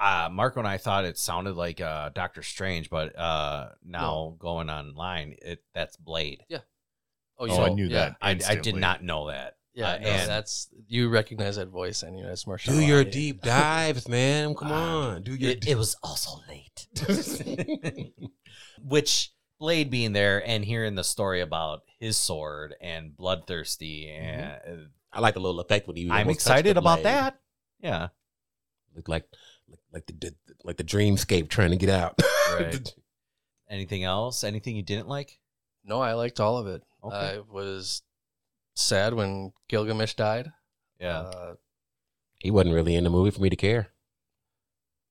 Speaker 9: uh, Marco and I thought it sounded like uh Doctor Strange, but uh now going online, it that's Blade.
Speaker 8: Yeah.
Speaker 11: Oh, you Oh, I know. knew that
Speaker 9: I, I did
Speaker 11: instantly.
Speaker 9: not know that.
Speaker 8: Yeah,
Speaker 9: Uh,
Speaker 8: no,
Speaker 9: and
Speaker 8: that's you recognize that voice, and you know it's martial.
Speaker 12: Do your
Speaker 8: art.
Speaker 12: deep dives, man. Come on, do your.
Speaker 9: it, it was also late. Which Blade being there and hearing the story about his sword and bloodthirsty
Speaker 11: Mm-hmm.
Speaker 9: and uh,
Speaker 12: I like the little effect when he.
Speaker 9: I'm
Speaker 12: almost touched
Speaker 9: excited
Speaker 12: the
Speaker 9: about
Speaker 12: blade.
Speaker 9: that. Yeah.
Speaker 12: Look like, like, like the, the like the dreamscape trying to get out.
Speaker 9: Right. Anything else? Anything you didn't like?
Speaker 8: No, I liked all of it.
Speaker 9: Okay.
Speaker 8: I was sad when Gilgamesh died.
Speaker 9: Yeah.
Speaker 8: Uh,
Speaker 12: he wasn't really in the movie for me to care.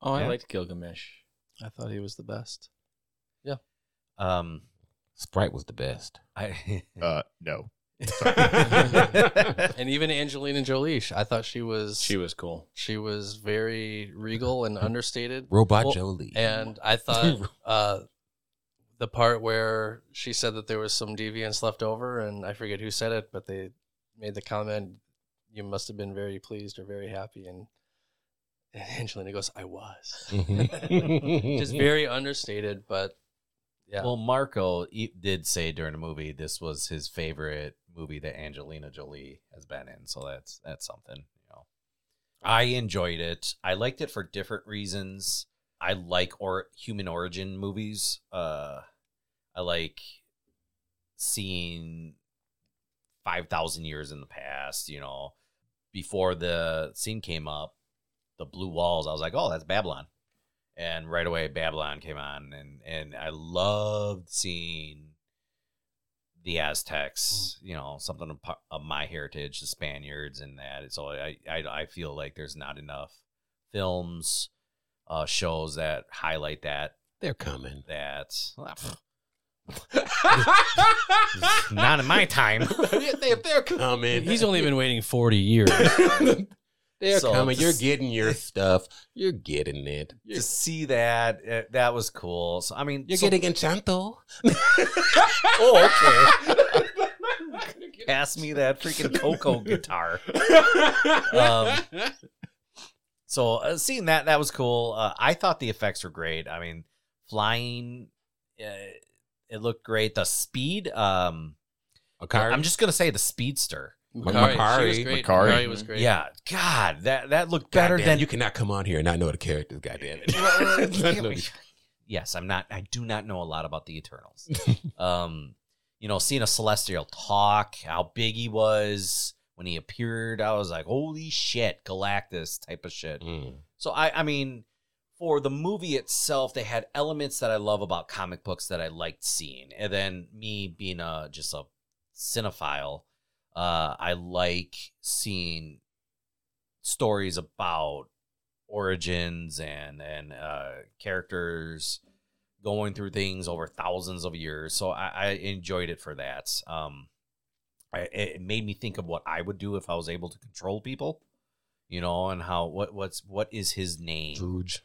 Speaker 10: Oh, I
Speaker 9: Yeah.
Speaker 10: liked Gilgamesh.
Speaker 8: I thought he was the best.
Speaker 9: Um,
Speaker 12: Sprite was the best.
Speaker 9: I
Speaker 11: Uh, no.
Speaker 8: And even Angelina Jolie, I thought she was
Speaker 10: She was cool.
Speaker 8: she was very regal and understated.
Speaker 12: Robot
Speaker 8: Well,
Speaker 12: Jolie.
Speaker 8: And I thought uh, the part where she said that there was some deviance left over, and I forget who said it, but they made the comment, "You must have been very pleased or very happy." And, and Angelina goes, "I was."
Speaker 12: Mm-hmm.
Speaker 8: Just very understated, but yeah,
Speaker 9: Well, Marco e- did say during the movie this was his favorite movie that Angelina Jolie has been in, so that's that's something. You know, I enjoyed it. I liked it for different reasons. I like or human origin movies. Uh, I like seeing five thousand years in the past. You know, before the scene came up, the blue walls. I was like, oh, that's Babylon and right away Babylon came on, and and I loved seeing the
Speaker 12: Mm.
Speaker 9: Aztecs. You know, something of, pa- of my heritage, the Spaniards, and that. So I I, I feel like there's not enough films, uh, shows that highlight that
Speaker 12: They're coming.
Speaker 9: that. not in my time.
Speaker 12: if they're coming,
Speaker 8: he's only been waiting forty years.
Speaker 12: they're
Speaker 9: So
Speaker 12: coming. You're
Speaker 9: just-
Speaker 12: getting your stuff. You're getting it. You're,
Speaker 9: To see that, uh, that was cool. So I mean,
Speaker 12: you're
Speaker 9: so-
Speaker 12: getting enchanto.
Speaker 9: Oh, okay. Pass me that freaking Coco guitar. Um, so uh, seeing that, that was cool. Uh, I thought the effects were great. I mean, flying, uh, it looked great. The speed. Um,
Speaker 12: Akari.
Speaker 9: I'm just gonna say the speedster.
Speaker 8: Makari, she was
Speaker 12: Makari.
Speaker 8: great.
Speaker 11: Makari.
Speaker 8: Makari Mm-hmm. was great.
Speaker 9: Yeah, God, that that looked better
Speaker 12: Goddamn,
Speaker 9: than
Speaker 12: you cannot come on here and not know the characters. Goddamn
Speaker 9: Well,
Speaker 12: it.
Speaker 9: yes, I'm not. I do not know a lot about the Eternals. um, you know, seeing a celestial talk, how big he was when he appeared, I was like, holy shit, Galactus type of shit.
Speaker 12: Mm.
Speaker 9: So I, I mean, for the movie itself, they had elements that I love about comic books that I liked seeing, and then me being a just a cinephile, uh, I like seeing stories about origins and and uh, characters going through things over thousands of years. So I, I enjoyed it for that. Um, I, it made me think of what I would do if I was able to control people, you know, and how what what's what is his name?
Speaker 12: Drooge.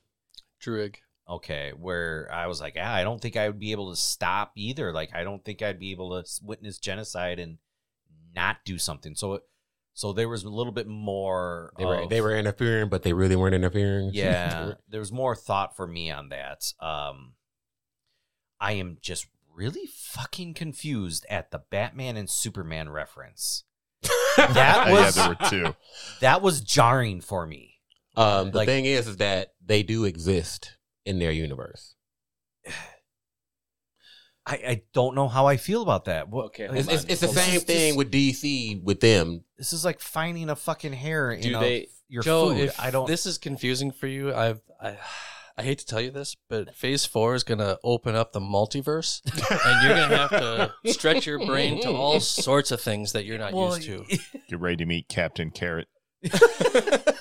Speaker 8: Druig.
Speaker 9: okay where i was like ah, i don't think i would be able to stop either like i don't think i'd be able to s- witness genocide and not do something so it- so there was a little bit more
Speaker 12: They were
Speaker 9: of-
Speaker 12: they were interfering, but they really weren't interfering.
Speaker 9: Oh. yeah there was more thought for me on that um i am just really fucking confused at the batman and superman reference that
Speaker 11: Uh, yeah,
Speaker 9: was
Speaker 11: there were two.
Speaker 9: that was jarring for me
Speaker 12: Um, the
Speaker 9: Like-
Speaker 12: thing is, is that they do exist in their universe.
Speaker 9: I, I don't know how I feel about that. What,
Speaker 10: Okay,
Speaker 9: like,
Speaker 12: It's, it's, it's the
Speaker 9: this is-
Speaker 12: same
Speaker 9: this-
Speaker 12: thing with DC with them.
Speaker 9: This is like finding a fucking hair in
Speaker 10: Do
Speaker 9: a,
Speaker 10: they-
Speaker 9: your
Speaker 8: Joe,
Speaker 9: food.
Speaker 8: if
Speaker 9: I don't.
Speaker 8: This is confusing for you. I've, I, I hate to tell you this, but Phase Four is going to open up the multiverse, and you're going to have to stretch your brain to all sorts of things that you're not
Speaker 9: Well,
Speaker 8: used to.
Speaker 11: Get ready to meet Captain Carrot.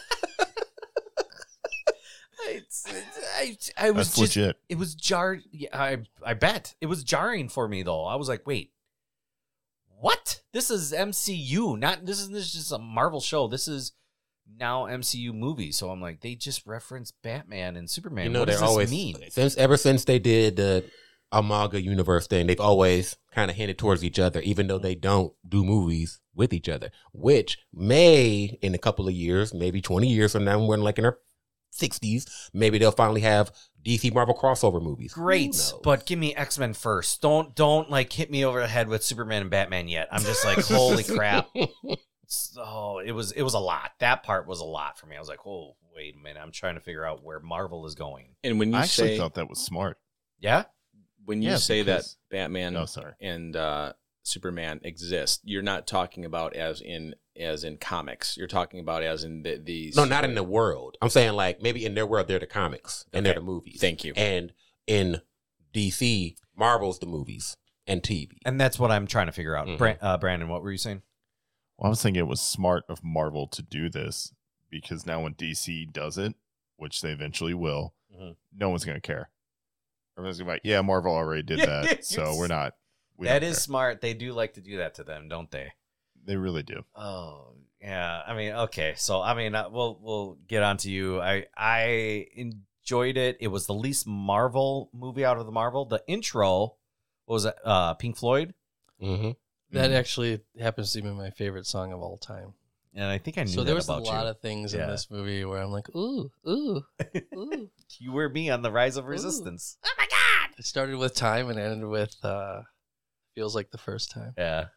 Speaker 9: It's- it's- I, I was
Speaker 11: That's
Speaker 9: just,
Speaker 11: legit.
Speaker 9: It was jarred. Yeah, I I bet it was jarring for me though. I was like, wait, what? This is MCU. Not this is this is just a Marvel show. This is now MCU movie. So I'm like, they just referenced Batman and Superman.
Speaker 12: you know,
Speaker 9: what does
Speaker 12: they're
Speaker 9: this
Speaker 12: always
Speaker 9: mean?
Speaker 12: since ever since they did the Amaga universe thing, they've always kind of hinted towards each other, even though they don't do movies with each other. Which may, in a couple of years, maybe twenty years from now, when like in our sixties, maybe they'll finally have DC Marvel crossover movies. Who
Speaker 9: Great,
Speaker 12: knows?
Speaker 9: but give me X Men first. Don't don't like hit me over the head with Superman and Batman yet. I'm just like, holy crap. So oh, it was it was a lot. That part was a lot for me. I was like, oh wait a minute. I'm trying to figure out where Marvel is going.
Speaker 10: And when you
Speaker 11: I actually
Speaker 10: say
Speaker 11: thought that was smart.
Speaker 9: Yeah.
Speaker 10: when you
Speaker 11: Yeah,
Speaker 10: say
Speaker 11: because-
Speaker 10: that Batman
Speaker 11: No, sorry.
Speaker 10: and uh, Superman exist, you're not talking about as in as in comics. You're talking about as in the, these.
Speaker 12: no, not in the world. I'm saying like maybe in their world they're the comics and they're
Speaker 10: Okay.
Speaker 12: the movies.
Speaker 10: Thank you.
Speaker 12: And in DC, Marvel's the movies and TV.
Speaker 9: And that's what I'm trying to figure out.
Speaker 8: Mm-hmm.
Speaker 12: Mhm.
Speaker 9: Bran- uh, Brandon, what were you saying?
Speaker 11: Well, I was thinking it was smart of Marvel to do this because now when DC does it, which they eventually will,
Speaker 9: Mhm.
Speaker 11: no one's going to care. Everyone's going to be like, yeah, Marvel already did
Speaker 9: Yeah,
Speaker 11: that. so we're not. We
Speaker 9: that
Speaker 11: don't
Speaker 9: is
Speaker 11: care."
Speaker 9: smart. They do like to do that to them, don't they?
Speaker 11: They really do.
Speaker 9: Oh yeah, I mean, okay. So I mean, uh, we'll we'll get on to you. I I enjoyed it. It was the least Marvel movie out of the Marvel. The intro what was it, uh Pink Floyd,
Speaker 12: Mm-hmm.
Speaker 8: That
Speaker 11: Mhm.
Speaker 8: actually happens to be my favorite song of all time.
Speaker 9: and I think I knew
Speaker 8: So
Speaker 9: that
Speaker 8: there was a
Speaker 9: about
Speaker 8: lot
Speaker 9: you.
Speaker 8: of things
Speaker 9: Yeah.
Speaker 8: in this movie where I'm like, ooh, ooh, ooh.
Speaker 9: you were me on the Rise of Resistance.
Speaker 6: Oh
Speaker 8: it started with time and ended with uh, feels like the first time.
Speaker 9: Yeah.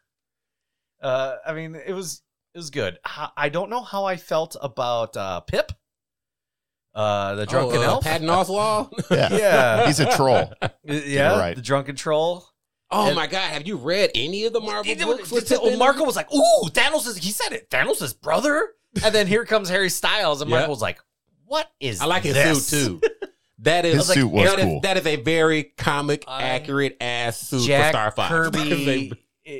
Speaker 9: Uh, I mean, it was it was good. Ho- I don't know how I felt about uh Pip, uh, the drunken
Speaker 12: oh,
Speaker 9: elf.
Speaker 12: Patton Oswalt.
Speaker 11: Yeah.
Speaker 9: yeah,
Speaker 11: He's a troll.
Speaker 9: yeah,
Speaker 11: right.
Speaker 9: the drunken troll.
Speaker 12: Oh
Speaker 9: And-
Speaker 12: my God! Have you read any of the Marvel
Speaker 9: It- it-
Speaker 12: books? with
Speaker 9: it- it-
Speaker 12: Pippin?
Speaker 9: Marco was like, "Ooh, Thanos is." He said it. Thanos is brother. And then here comes Harry Styles, and
Speaker 12: Yeah.
Speaker 9: Marco was like, "What is?"
Speaker 12: I like his
Speaker 9: this?
Speaker 12: suit too. That is
Speaker 11: His suit was
Speaker 12: that is-
Speaker 11: cool.
Speaker 12: that is a very comic
Speaker 8: I-
Speaker 12: accurate ass suit
Speaker 9: Jack
Speaker 12: for Star Fox.
Speaker 9: Kirby. yeah,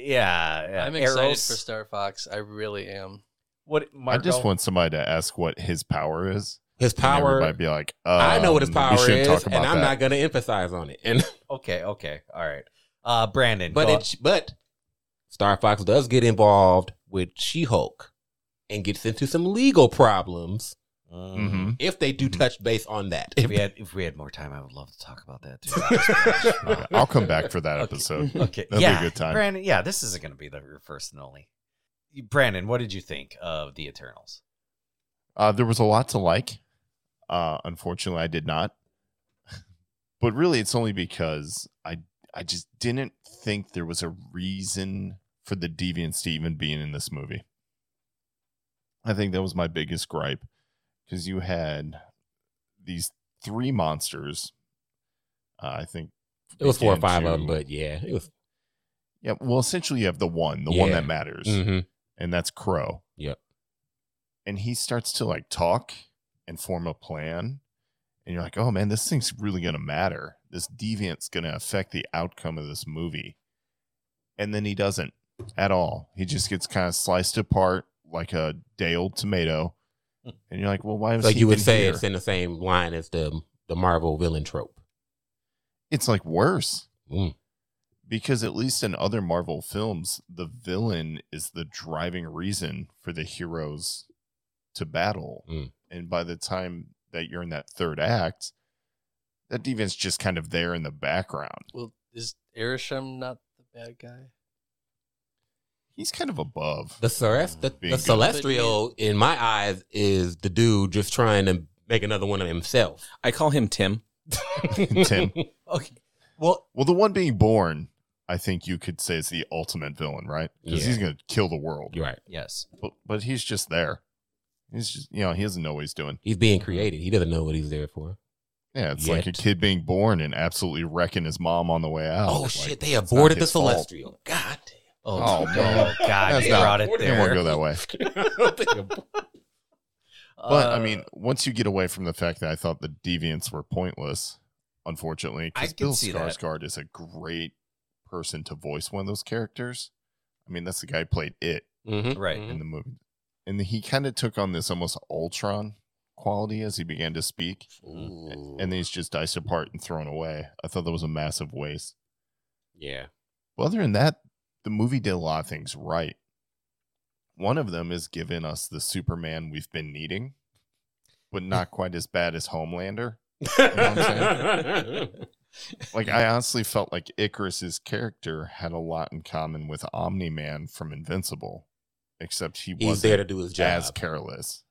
Speaker 9: yeah.
Speaker 8: I'm excited
Speaker 9: Arrows.
Speaker 8: for Star Fox. I really am.
Speaker 9: What Marco?
Speaker 11: I just want somebody to ask what his power is.
Speaker 12: his
Speaker 11: and
Speaker 12: power.
Speaker 11: Everybody be like,
Speaker 12: I know what his
Speaker 11: "Um, we
Speaker 12: power
Speaker 11: shouldn't
Speaker 12: is,
Speaker 11: talk
Speaker 12: and
Speaker 11: about
Speaker 12: I'm
Speaker 11: that."
Speaker 12: not going to emphasize on it. And
Speaker 9: Okay, okay, all right. Uh, Brandon,
Speaker 12: but
Speaker 9: go-
Speaker 12: it, but Star Fox does get involved with She Hulk and gets into some legal problems
Speaker 11: Mhm.
Speaker 12: if they do
Speaker 9: Mm-hmm.
Speaker 11: Mhm.
Speaker 12: touch base on that.
Speaker 9: if we had if we had more time, I would love to talk about that too.
Speaker 11: Okay, I'll come back for that episode.
Speaker 9: okay,
Speaker 11: That'd be a
Speaker 9: yeah,
Speaker 11: good time.
Speaker 9: Brandon, yeah, this isn't going to be the your first and only. You- Brandon, what did you think of the Eternals?
Speaker 11: Uh, there was a lot to like. Uh, unfortunately, I did not. but really, it's only because I I just didn't think there was a reason for the deviants to even being in this movie. I think that was my biggest gripe because you had these three monsters. Uh, I think
Speaker 12: It was four or
Speaker 11: began
Speaker 12: five of them,
Speaker 11: to-
Speaker 12: but yeah, it was.
Speaker 11: yeah. Well, essentially, you have the one, the one
Speaker 12: Yeah.
Speaker 11: that matters
Speaker 12: mhm.
Speaker 11: and that's Crow.
Speaker 12: Yep.
Speaker 11: And he starts to like talk and form a plan. And you're like, oh man, this thing's really going to matter. This deviant's going to affect the outcome of this movie. And then he doesn't at all. He just gets kind of sliced apart like a day old tomato. And you're like, well, why was
Speaker 12: So
Speaker 11: he
Speaker 12: Hmm. you would
Speaker 11: even
Speaker 12: say
Speaker 11: here?
Speaker 12: it's in the same line as the the Marvel villain trope.
Speaker 11: it's like worse
Speaker 12: Mm.
Speaker 11: because at least in other Marvel films, the villain is the driving reason for the heroes to battle.
Speaker 12: Mm.
Speaker 11: And by the time that you're in that third act, that deviant's just kind of there in the background.
Speaker 8: Well, is Arishem not the bad guy?
Speaker 11: He's kind of above.
Speaker 12: The Celest, the,
Speaker 11: Being
Speaker 12: the
Speaker 11: good.
Speaker 12: Celestial, in my eyes, is the dude just trying to make another one of himself.
Speaker 10: I call him Tim.
Speaker 11: Tim.
Speaker 9: Okay, well,
Speaker 11: Well, the one being born, I think you could say is the ultimate villain, right? Because
Speaker 12: Yeah.
Speaker 11: he's going to kill the world.
Speaker 12: You're right.
Speaker 9: yes,
Speaker 11: But, but he's just there. He's just, you know, he doesn't know what he's doing.
Speaker 12: He's being created. He doesn't know what he's there for.
Speaker 11: Yeah, it's like a
Speaker 12: Yet.
Speaker 11: kid being born and absolutely wrecking his mom on the way out.
Speaker 12: Oh
Speaker 11: Like,
Speaker 12: shit! They
Speaker 11: it's not
Speaker 12: aborted the
Speaker 11: his fault.
Speaker 12: celestial. God damn.
Speaker 11: Oh,
Speaker 9: no.
Speaker 11: bro.
Speaker 9: God,
Speaker 11: That's
Speaker 9: they
Speaker 11: not-
Speaker 9: brought it
Speaker 11: it
Speaker 9: there.
Speaker 11: won't go that way. But I
Speaker 9: Uh,
Speaker 11: mean, once you get away from the fact that I thought the deviants were pointless, unfortunately,
Speaker 9: I
Speaker 11: because
Speaker 9: can
Speaker 11: Bill
Speaker 9: see that.
Speaker 11: Skarsgård is a great person to voice one of those characters. I mean, that's the guy who played it
Speaker 12: Mhm.
Speaker 9: Right.
Speaker 11: in the movie, and he kind of took on this almost Ultron quality as he began to speak,
Speaker 12: Ooh.
Speaker 11: and then he's just diced apart and thrown away. I thought that was a massive waste.
Speaker 12: yeah.
Speaker 11: Well, other than that, the movie did a lot of things right. One of them is giving us the Superman we've been needing, but not quite as bad as Homelander. Like, I honestly felt like Icarus's character had a lot in common with Omni Man from Invincible, except he
Speaker 12: He's
Speaker 11: was
Speaker 12: there to do his job.
Speaker 11: as careless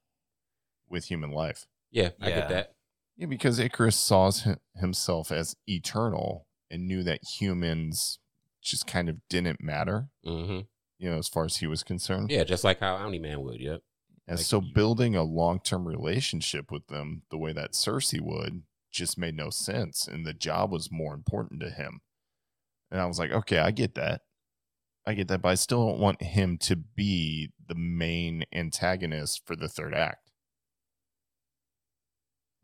Speaker 11: with human life.
Speaker 12: yeah, I
Speaker 9: Yeah.
Speaker 12: get that.
Speaker 11: Yeah, because Icarus saw him- himself as eternal and knew that humans just kind of didn't matter,
Speaker 12: hmm
Speaker 11: you know, as far as he was concerned.
Speaker 12: Yeah, just like how Omni Man would. Yep.
Speaker 11: And
Speaker 12: Like,
Speaker 11: so
Speaker 12: you-
Speaker 11: building a long term relationship with them the way that Cersei would just made no sense. And the job was more important to him. And I was like, okay, I get that. I get that. But I still don't want him to be the main antagonist for the third act.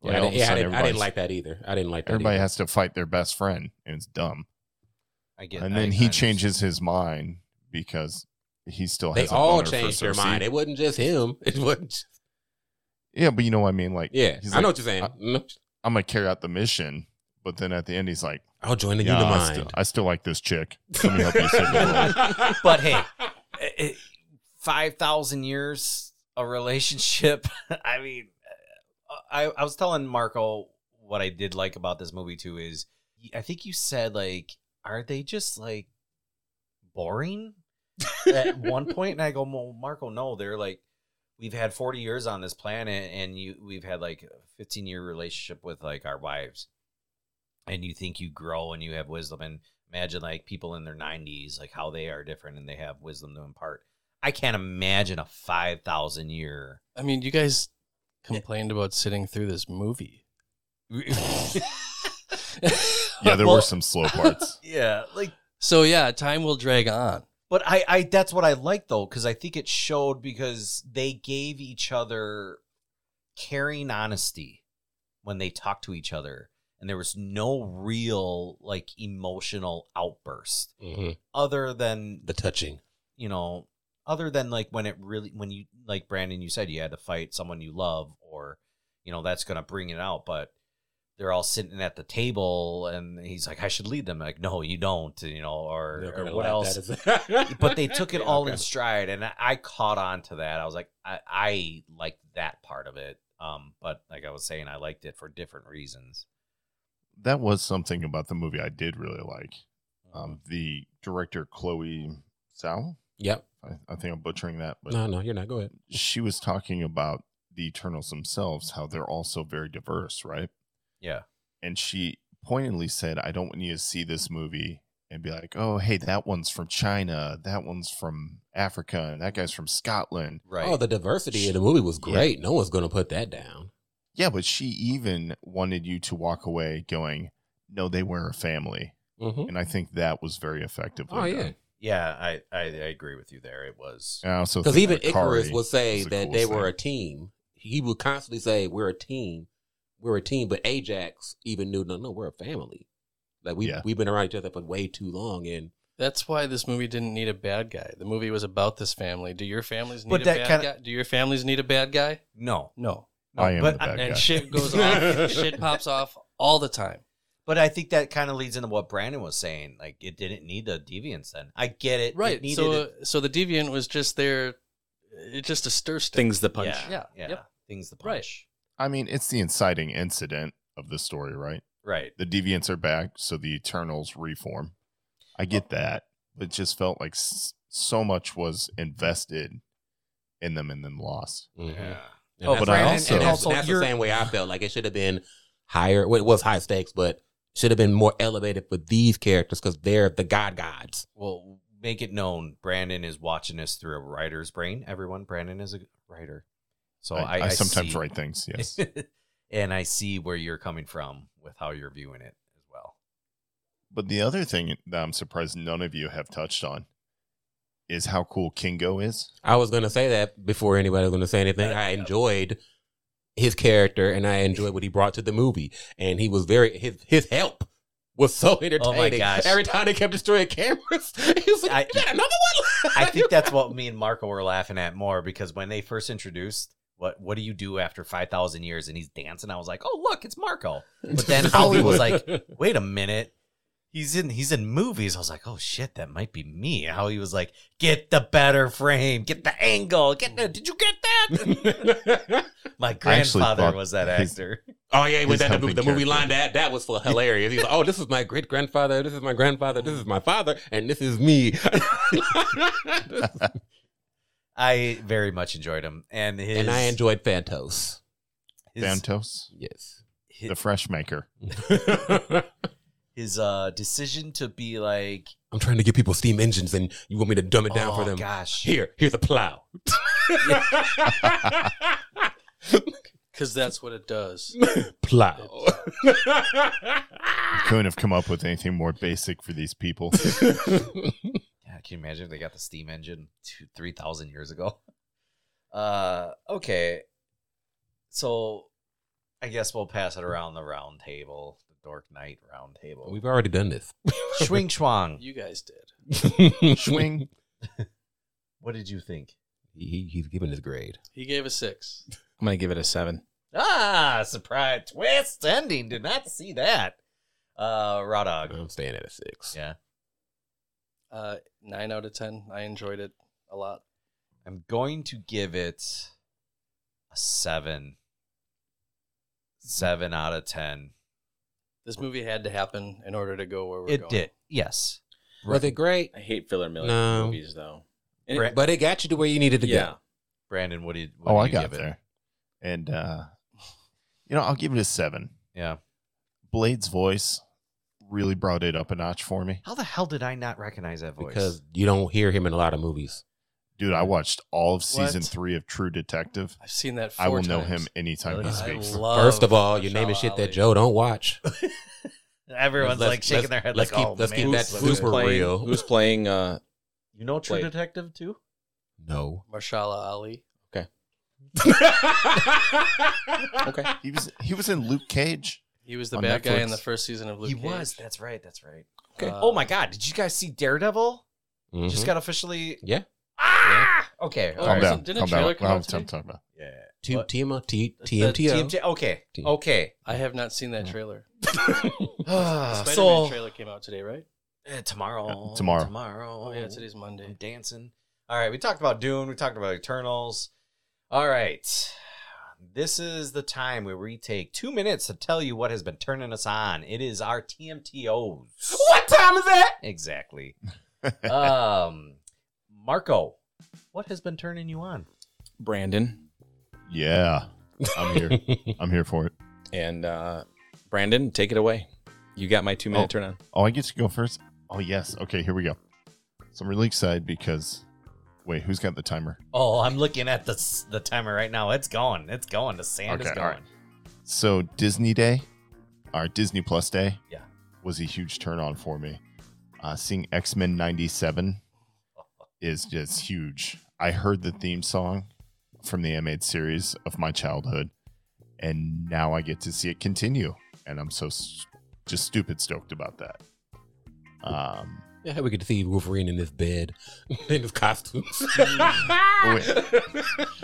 Speaker 12: Yeah,
Speaker 11: Like,
Speaker 12: I,
Speaker 11: all of
Speaker 12: didn't,
Speaker 11: a
Speaker 12: yeah, I
Speaker 11: sudden,
Speaker 12: didn't, I didn't
Speaker 11: everybody's-
Speaker 12: like that either. I didn't like that.
Speaker 11: Everybody
Speaker 12: either.
Speaker 11: has to fight their best friend, and it's dumb.
Speaker 9: I get
Speaker 11: and
Speaker 9: I-
Speaker 11: then
Speaker 9: I
Speaker 11: he
Speaker 9: understand.
Speaker 11: changes his mind because he still
Speaker 12: They
Speaker 11: has a
Speaker 12: all
Speaker 11: boner for
Speaker 12: changed their
Speaker 11: Cersei.
Speaker 12: mind. It wasn't just him. It wasn't. Just,
Speaker 11: Yeah, but you know what I mean. Like,
Speaker 12: yeah,
Speaker 11: he's
Speaker 12: I know what
Speaker 11: like,
Speaker 12: you're saying.
Speaker 11: I-
Speaker 12: Mm.
Speaker 11: I'm gonna carry out the mission, but then at the end he's like,
Speaker 12: I'll join the
Speaker 11: "Yeah,
Speaker 12: human
Speaker 11: I, still,
Speaker 12: mind.
Speaker 11: I still like this chick. Let me help you save the world."
Speaker 9: But hey, eh, five thousand years a relationship. I mean, uh, I I was telling Marco what I did like about this movie too is I think you said like, are they just like boring at one point? And I go, well, Marco, no, they're like. We've had 40 years on this planet and you we've had like a 15 year relationship with like our wives. And you think you grow and you have wisdom and imagine like people in their 90s like how they are different and they have wisdom to impart i can't imagine a 5000 year
Speaker 8: I mean, you guys complained about sitting through this movie.
Speaker 11: yeah, there
Speaker 8: Well,
Speaker 11: were some slow parts.
Speaker 9: yeah like
Speaker 8: So yeah, time will drag on.
Speaker 9: but i i that's what i like though because i think it showed because they gave each other caring honesty when they talked to each other and there was no real like emotional outburst
Speaker 12: Mhm.
Speaker 9: other than
Speaker 12: The touching.
Speaker 9: you know, other than like when it really when you like Brandon, you said you had to fight someone you love, or you know that's gonna bring it out. But they're all sitting at the table, and he's like, "I should lead them." Like, no, you don't. You know, or,
Speaker 12: They're
Speaker 9: or
Speaker 12: gonna
Speaker 9: what
Speaker 12: laugh
Speaker 9: else?
Speaker 12: that as-
Speaker 9: but they took it
Speaker 12: Yeah,
Speaker 9: all
Speaker 12: okay.
Speaker 9: in stride, and I, I caught on to that. I was like, I, I liked that part of it. Um, but like I was saying, I liked it for different reasons.
Speaker 11: that was something about the movie I did really like. Um, the director Chloe Zhao,
Speaker 12: Yep.
Speaker 11: I, I think I'm butchering that, but
Speaker 12: No, no, you're not. Go ahead.
Speaker 11: she was talking about the Eternals themselves, how they're also very diverse, right?
Speaker 9: Yeah.
Speaker 11: and she pointedly said, "I don't want you to see this movie and be like, oh, hey, that one's from China, that one's from Africa, and that guy's from Scotland."
Speaker 9: Right.
Speaker 12: Oh, the diversity in the movie was
Speaker 11: Yeah.
Speaker 12: great. No one's gonna put that down.
Speaker 11: Yeah, but she even wanted you to walk away going, "No, they were a family,"
Speaker 12: hmm
Speaker 11: and I think that was very effectively.
Speaker 12: Oh yeah,
Speaker 11: done.
Speaker 9: yeah, I, I I agree with you there. It was
Speaker 11: And I also
Speaker 12: because
Speaker 11: think
Speaker 12: even
Speaker 11: Ikari
Speaker 12: Icarus would say
Speaker 11: was the
Speaker 12: that they
Speaker 11: coolest
Speaker 12: were a
Speaker 11: thing.
Speaker 12: team. He would constantly say, "We're a team, we're a team." But Ajax even knew, "No, no, we're a family. Like we
Speaker 11: Yeah.
Speaker 12: we've been around each other for way too long." And
Speaker 8: That's why this movie didn't need a bad guy. The movie was about this family. Do your families need
Speaker 9: But
Speaker 8: a
Speaker 9: that
Speaker 8: bad
Speaker 9: kinda-
Speaker 8: guy? Do your families need a bad guy?
Speaker 9: no,
Speaker 8: No.
Speaker 11: I am
Speaker 9: but
Speaker 11: the bad
Speaker 8: and
Speaker 11: guy.
Speaker 8: shit goes off. shit pops off all the time.
Speaker 9: But I think that kind of leads into what Brandon was saying. Like it didn't need the deviance then. I get it.
Speaker 8: Right.
Speaker 9: It needed
Speaker 8: so uh,
Speaker 9: it.
Speaker 8: so the deviant was just there. It's just a stir stick.
Speaker 10: Things the punch.
Speaker 9: Yeah. Yeah.
Speaker 8: Yeah, yep.
Speaker 9: Things the
Speaker 8: Right.
Speaker 9: punch.
Speaker 11: I mean, it's the inciting incident of the story, right?
Speaker 9: Right.
Speaker 11: The deviants are back, so the Eternals reform. I
Speaker 9: Oh.
Speaker 11: get that, but it just felt like s- so much was invested in them and then lost.
Speaker 12: Mm-hmm.
Speaker 9: Yeah.
Speaker 12: And
Speaker 9: Oh,
Speaker 12: that's-
Speaker 11: but I
Speaker 12: and-
Speaker 11: also-
Speaker 12: and that's,
Speaker 9: also
Speaker 12: that's the
Speaker 9: you're-
Speaker 12: same way I felt. Like it should have been higher. Well, it was high stakes, but should have been more elevated for these characters because they're the god gods.
Speaker 9: Well, make it known. Brandon is watching this through a writer's brain. Everyone, Brandon is a writer. So I,
Speaker 11: I, I sometimes
Speaker 9: see-
Speaker 11: write things. Yes,
Speaker 9: and I see where you're coming from with how you're viewing it as well.
Speaker 11: But the other thing that I'm surprised none of you have touched on is how cool Kingo is.
Speaker 12: I was gonna say that before anybody was gonna say anything. I enjoyed his character and I enjoyed what he brought to the movie. And he was very his his help was so entertaining.
Speaker 9: Oh gosh.
Speaker 12: Every time they kept destroying cameras, he was like,
Speaker 9: I-
Speaker 12: "You got another one."
Speaker 9: I think that's what me and Marco were laughing at more because when they first introduced what what do you do after five thousand years and he's dancing, I was like, oh look, it's Marco. But then Howie was like, wait a minute, he's in he's in movies. I was like, oh shit, that might be me. Howie was like, get the better frame, get the angle, get the. Did you get that? My
Speaker 11: I actually
Speaker 9: grandfather
Speaker 11: thought
Speaker 9: was that
Speaker 11: his-
Speaker 9: actor.
Speaker 12: Oh yeah,
Speaker 11: His
Speaker 12: with that the,
Speaker 11: helping
Speaker 12: the movie
Speaker 11: character.
Speaker 12: line that that was for hilarious. He's like, "Oh, this is my great grandfather. This is my grandfather. This is my father, and this is me."
Speaker 9: I very much enjoyed him, and his
Speaker 12: and I enjoyed Phantos.
Speaker 9: his,
Speaker 11: Dantos,
Speaker 12: Yes.
Speaker 9: his-
Speaker 11: the fresh maker.
Speaker 9: his uh decision to be like
Speaker 12: I'm trying to give people steam engines, and you want me to dumb it down
Speaker 9: oh,
Speaker 12: for them.
Speaker 9: Gosh,
Speaker 12: Here, here's a plow.
Speaker 8: because that's what it does.
Speaker 12: plow.
Speaker 11: Couldn't have come up with anything more basic for these people.
Speaker 9: Yeah, can you imagine if they got the steam engine two, three thousand years ago? Uh, okay. So, I guess we'll pass it around the round table, the Dork Knight round table.
Speaker 12: We've already done this.
Speaker 9: Swing Schwang.
Speaker 8: You guys did.
Speaker 11: Swing.
Speaker 9: What did you think?
Speaker 12: He, he- he's giving his grade.
Speaker 8: He gave a six.
Speaker 10: I'm gonna give it a seven.
Speaker 9: Ah, surprise twist ending. Did not see that. Uh, raw dog.
Speaker 12: I'm staying at a six.
Speaker 9: Yeah,
Speaker 8: Uh, nine out of ten. I enjoyed it a lot.
Speaker 9: I'm going to give it a seven. Seven out of ten.
Speaker 8: This movie had to happen in order to go where we're
Speaker 9: it
Speaker 8: going.
Speaker 9: did. Yes.
Speaker 12: Were they great?
Speaker 10: I hate filler million
Speaker 12: No.
Speaker 10: movies though.
Speaker 9: Brett-
Speaker 12: But it got you to where you needed to
Speaker 10: Yeah.
Speaker 9: Brandon, what do you? What
Speaker 11: Oh,
Speaker 9: do
Speaker 11: I
Speaker 9: you
Speaker 11: got
Speaker 9: give it?
Speaker 11: there. And uh you know, I'll give it a seven.
Speaker 9: Yeah.
Speaker 11: Blade's voice really brought it up a notch for me.
Speaker 9: How the hell did I not recognize that
Speaker 12: go.
Speaker 9: voice?
Speaker 12: Because you don't hear him in a lot of movies.
Speaker 11: Dude, I watched all of season
Speaker 8: What?
Speaker 11: three of True Detective.
Speaker 8: I've seen that. Four
Speaker 11: I will know
Speaker 8: times.
Speaker 11: him anytime
Speaker 9: Really?
Speaker 11: he
Speaker 8: I
Speaker 11: speaks.
Speaker 8: love
Speaker 12: First of all, you're
Speaker 8: Mahershala
Speaker 12: naming shit that
Speaker 8: Ali.
Speaker 12: Joe don't watch.
Speaker 9: everyone's
Speaker 12: Let's-
Speaker 9: like shaking
Speaker 12: let's-
Speaker 9: their head.
Speaker 12: let's
Speaker 9: like,
Speaker 12: keep-
Speaker 9: oh,
Speaker 12: let's keep
Speaker 9: man,
Speaker 12: that
Speaker 9: this looks
Speaker 10: Who's
Speaker 12: super
Speaker 9: good."
Speaker 10: playing?
Speaker 12: real.
Speaker 10: Who's playing? Uh,
Speaker 9: You know True
Speaker 10: Wait.
Speaker 9: Detective too?
Speaker 12: No.
Speaker 8: Marshala Ali.
Speaker 10: okay.
Speaker 11: He was he was in Luke Cage.
Speaker 8: He was the
Speaker 11: On
Speaker 8: bad guy in
Speaker 11: Netflix.
Speaker 8: the first season of Luke.
Speaker 9: he
Speaker 8: Cage.
Speaker 9: was. That's right. That's right.
Speaker 12: Okay.
Speaker 8: Uh,
Speaker 9: oh my God! Did you guys see Daredevil?
Speaker 12: Mhm.
Speaker 9: Just got officially.
Speaker 12: Yeah.
Speaker 9: Ah. Okay.
Speaker 8: Oh,
Speaker 9: all
Speaker 11: calm
Speaker 9: right.
Speaker 8: isn't-
Speaker 11: down.
Speaker 8: didn't a
Speaker 11: Calm
Speaker 8: trailer
Speaker 11: down.
Speaker 8: come
Speaker 11: Well,
Speaker 8: out
Speaker 11: that's what I'm
Speaker 8: today?
Speaker 11: talking about.
Speaker 9: Yeah.
Speaker 12: T-
Speaker 9: What?
Speaker 12: TMO, T-
Speaker 8: The
Speaker 12: TMTO.
Speaker 9: TMJ. Okay.
Speaker 12: T-
Speaker 9: Okay.
Speaker 8: I have not seen that trailer. Spider-Man
Speaker 9: Uh, so
Speaker 8: trailer came out today, right?
Speaker 9: eh, tomorrow.
Speaker 11: Uh, tomorrow.
Speaker 9: Tomorrow.
Speaker 8: Oh yeah, today's
Speaker 9: I'm
Speaker 8: Monday.
Speaker 9: dancing. All right, we talked about Dune. We talked about Eternals. All right, this is the time where we take two minutes to tell you what has been turning us on. It is our TMTOs.
Speaker 12: What time is that?
Speaker 9: Exactly. um, Marco, what has been turning you on?
Speaker 10: Brandon
Speaker 11: Yeah. I'm here. I'm here for it.
Speaker 10: and uh, Brandon, take it away. You got my two minute turn on.
Speaker 11: Oh, I get to go first? Oh yes. Okay, here we go. So I'm really excited because wait, who's got the timer?
Speaker 9: Oh, I'm looking at the s- the timer right now. It's going. It's going. The sand is
Speaker 11: Okay,
Speaker 9: going.
Speaker 11: all right. So Disney Day, our Disney Plus Day,
Speaker 9: Yeah.
Speaker 11: was a huge turn on for me. Uh, seeing X Men '97 is just huge. I heard the theme song from the animated series of my childhood, and now I get to see it continue, and I'm so s- just stupid stoked about that. Um,
Speaker 12: Yeah, we could see Wolverine in his bed, in his costumes.
Speaker 11: oh, wait.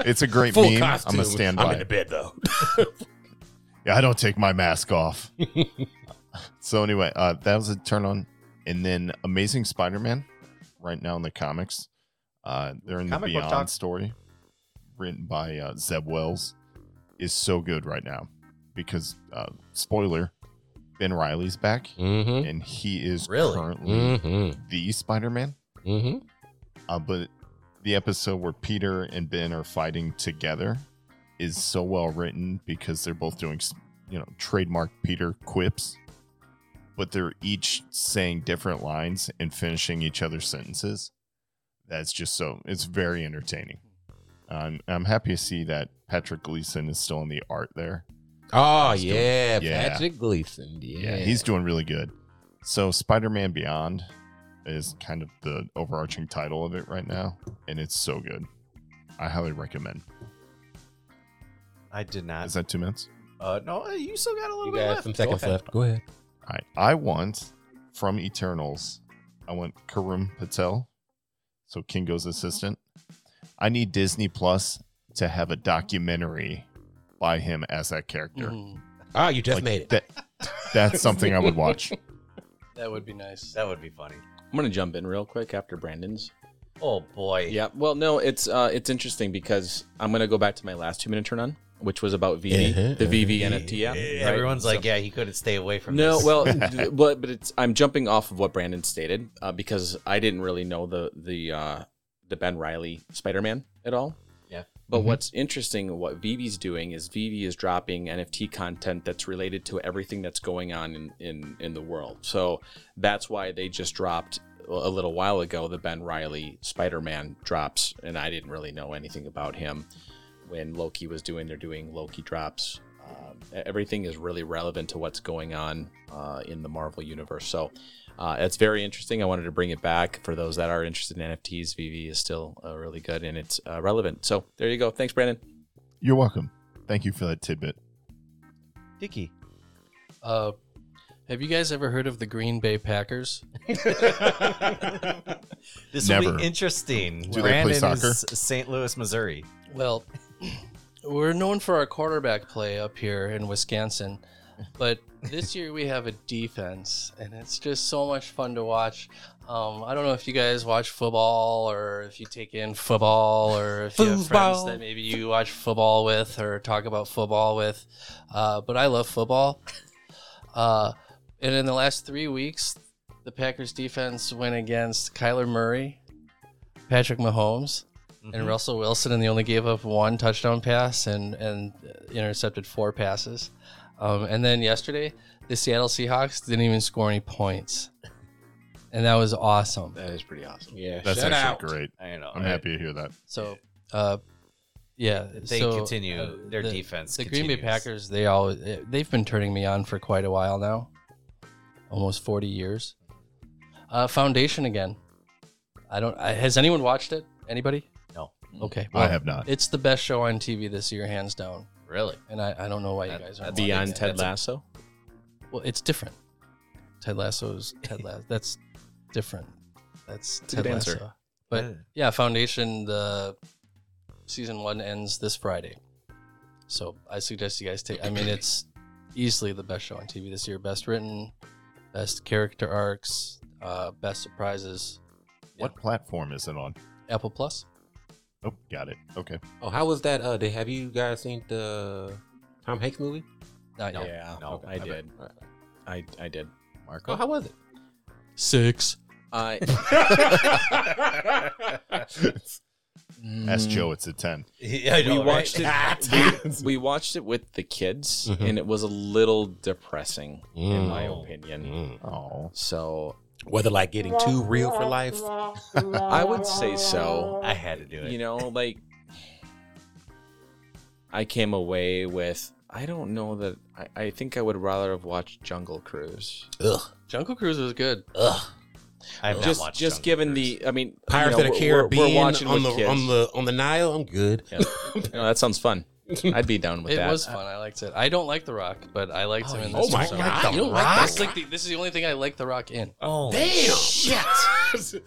Speaker 11: it's a great
Speaker 12: Ah! Full
Speaker 11: meme.
Speaker 12: costume.
Speaker 11: I'm gonna stand
Speaker 12: I'm
Speaker 11: by.
Speaker 12: in the
Speaker 11: it.
Speaker 12: bed though.
Speaker 11: Yeah, I don't take my mask off. so anyway, uh, that was a turn on, and then Amazing Spider-Man, right now in the comics, uh, they're in
Speaker 9: Comic book
Speaker 11: the Beyond
Speaker 9: talk.
Speaker 11: story, written by uh, Zeb Wells, is so good right now because uh, spoiler, Ben Riley's back,
Speaker 12: Mm-hmm.
Speaker 11: and he is
Speaker 9: Really?
Speaker 11: currently
Speaker 12: Mm-hmm.
Speaker 11: the Spider-Man.
Speaker 12: Mm-hmm.
Speaker 11: Uh, but the episode where Peter and Ben are fighting together is so well written because they're both doing, s- you know, trademark Peter quips, but they're each saying different lines and finishing each other's sentences. That's just so, it's very Uh, entertaining. Um, I'm happy to see that Patrick Gleason is still in the art there.
Speaker 12: Oh
Speaker 11: He's doing-
Speaker 12: yeah,
Speaker 11: yeah.
Speaker 12: Patrick Gleason. Yeah.
Speaker 11: he's doing really good. So Spider-Man Beyond is kind of the overarching title of it right now, and it's so good. I highly recommend.
Speaker 9: I did not.
Speaker 11: Is that two minutes?
Speaker 9: Uh, no, you still got a little
Speaker 12: You
Speaker 9: bit
Speaker 12: got
Speaker 9: left.
Speaker 12: some seconds
Speaker 9: Go ahead.
Speaker 12: left. Go ahead.
Speaker 11: All right. I want from Eternals. I want Karim Patel, so Kingo's assistant. I need Disney Plus to have a documentary by him as that character.
Speaker 12: Oh, you just
Speaker 11: Like,
Speaker 12: made it.
Speaker 11: That, that's something I would watch.
Speaker 10: That would be nice.
Speaker 9: That would be funny.
Speaker 8: I'm gonna jump in real quick after Brandon's.
Speaker 9: Oh boy.
Speaker 8: Yeah. Well, no, it's uh, it's interesting because I'm gonna go back to my last two minute turn on, which was about VV,
Speaker 12: Uh-huh,
Speaker 8: the VV
Speaker 12: uh-huh.
Speaker 8: NFT app. right?
Speaker 9: Everyone's
Speaker 8: So-
Speaker 9: like, yeah, he couldn't stay away from
Speaker 8: no,
Speaker 9: this.
Speaker 8: well, d- but but it's I'm jumping off of what Brandon stated uh, because I didn't really know the the uh, the Ben Riley Spider Man at all.
Speaker 9: Yeah.
Speaker 8: But what's interesting, what Vivi's doing is Vivi is dropping NFT content that's related to everything that's going on in in, in the world. So that's why they just dropped a little while ago the Ben Riley Spider Man drops, and I didn't really know anything about him when Loki was doing. They're doing Loki drops. Um, e- everything is really relevant to what's going on uh, in the Marvel universe. So uh, it's very interesting. I wanted to bring it back for those that are interested in NFTs. VV is still uh, really good and it's uh, relevant. So there you go. Thanks, Brandon.
Speaker 11: You're welcome. Thank you for that tidbit.
Speaker 9: Dicky.
Speaker 10: Uh, have you guys ever heard of the Green Bay Packers?
Speaker 9: This will
Speaker 11: Never.
Speaker 9: be interesting.
Speaker 11: Do they play
Speaker 9: Brandon
Speaker 11: soccer?
Speaker 9: is St. Louis, Missouri.
Speaker 10: Well, we're known for our quarterback play up here in Wisconsin, but this year we have a defense, and it's just so much fun to watch. Um, I don't know if you guys watch football or if you take in football or if you have friends
Speaker 12: Football.
Speaker 10: that maybe you watch football with or talk about football with, uh, but I love football. Uh, and in the last three weeks, the Packers defense went against Kyler Murray, Patrick Mahomes,
Speaker 8: Mm-hmm.
Speaker 10: and Russell Wilson, and they only gave up one touchdown pass and and intercepted four passes. Um, and then yesterday, the Seattle Seahawks didn't even score any points, and that was awesome.
Speaker 8: That is pretty awesome.
Speaker 12: Yeah,
Speaker 11: That's
Speaker 12: shut out.
Speaker 11: actually great.
Speaker 9: I know.
Speaker 11: I'm happy to hear that.
Speaker 10: So, uh, yeah,
Speaker 9: They
Speaker 10: so,
Speaker 9: continue.
Speaker 10: uh,
Speaker 9: Their
Speaker 10: the-
Speaker 9: defense.
Speaker 10: The Green Bay
Speaker 9: continues.
Speaker 10: Packers, they all they've been turning me on for quite a while now, almost forty years. Uh, Foundation again. I don't. I, has anyone watched it? Anybody?
Speaker 9: No.
Speaker 10: Okay.
Speaker 11: I have not.
Speaker 10: It's the best show on TV this year, hands down.
Speaker 9: Really?
Speaker 10: And I, I don't know Oh, why you
Speaker 9: That-
Speaker 10: guys aren't
Speaker 8: Beyond
Speaker 10: watching it.
Speaker 8: Ted Lasso.
Speaker 10: Well, it's different. Ted Lasso's Ted Lasso. That's different. That's
Speaker 8: a
Speaker 10: Ted
Speaker 8: good answer.
Speaker 10: Lasso. But
Speaker 9: Yeah.
Speaker 10: yeah, Foundation. The season one ends this Friday, so I suggest you guys take. I mean, it's easily the best show on TV this year. Best written, best character arcs, uh, best surprises.
Speaker 11: What platform is it on?
Speaker 10: Apple Plus.
Speaker 11: Oh, got it. Okay.
Speaker 12: Oh, how was that? Uh, did, have you guys seen the Tom Hanks movie?
Speaker 10: Not yet.
Speaker 8: yeah,
Speaker 9: no,
Speaker 8: I
Speaker 9: I bet.
Speaker 8: did. I, I did.
Speaker 12: Oh, how was it?
Speaker 10: Six.
Speaker 8: I
Speaker 11: Ask
Speaker 8: Mm.
Speaker 11: Joe. It's a ten.
Speaker 9: Yeah, I know,
Speaker 8: we
Speaker 9: right?
Speaker 8: watched it. we watched it with the kids,
Speaker 10: Mm-hmm.
Speaker 12: Mhm.
Speaker 8: and it was a little depressing, in my
Speaker 9: Mm.
Speaker 8: opinion.
Speaker 12: Mm.
Speaker 11: Oh,
Speaker 8: So
Speaker 12: Whether like getting too real for life.
Speaker 8: I would say so.
Speaker 9: I had to do it.
Speaker 8: You know, like I came away with. I don't know that. I, I think I would rather have watched Jungle Cruise.
Speaker 12: Ugh.
Speaker 10: Jungle Cruise was good.
Speaker 12: Ugh.
Speaker 9: I've not
Speaker 8: just
Speaker 9: watched
Speaker 8: just
Speaker 9: Jungle
Speaker 8: given
Speaker 9: Cruise.
Speaker 8: the. I mean, you
Speaker 12: Pirates of
Speaker 8: know,
Speaker 12: the
Speaker 8: we're- we're-
Speaker 12: Caribbean
Speaker 8: We're, watching
Speaker 12: on
Speaker 8: with
Speaker 12: the
Speaker 8: kids.
Speaker 12: on the on the Nile. I'm good.
Speaker 8: No, that sounds fun. I'd be down with
Speaker 10: It
Speaker 8: that.
Speaker 10: was fun. I liked it. I don't like The Rock, but I liked him in this.
Speaker 12: Oh my
Speaker 10: for some
Speaker 12: god!
Speaker 10: reason.
Speaker 12: you don't
Speaker 10: That's
Speaker 12: like this?
Speaker 10: like the, this is the only thing I like The Rock in.
Speaker 9: Oh,
Speaker 12: Damn! Shit!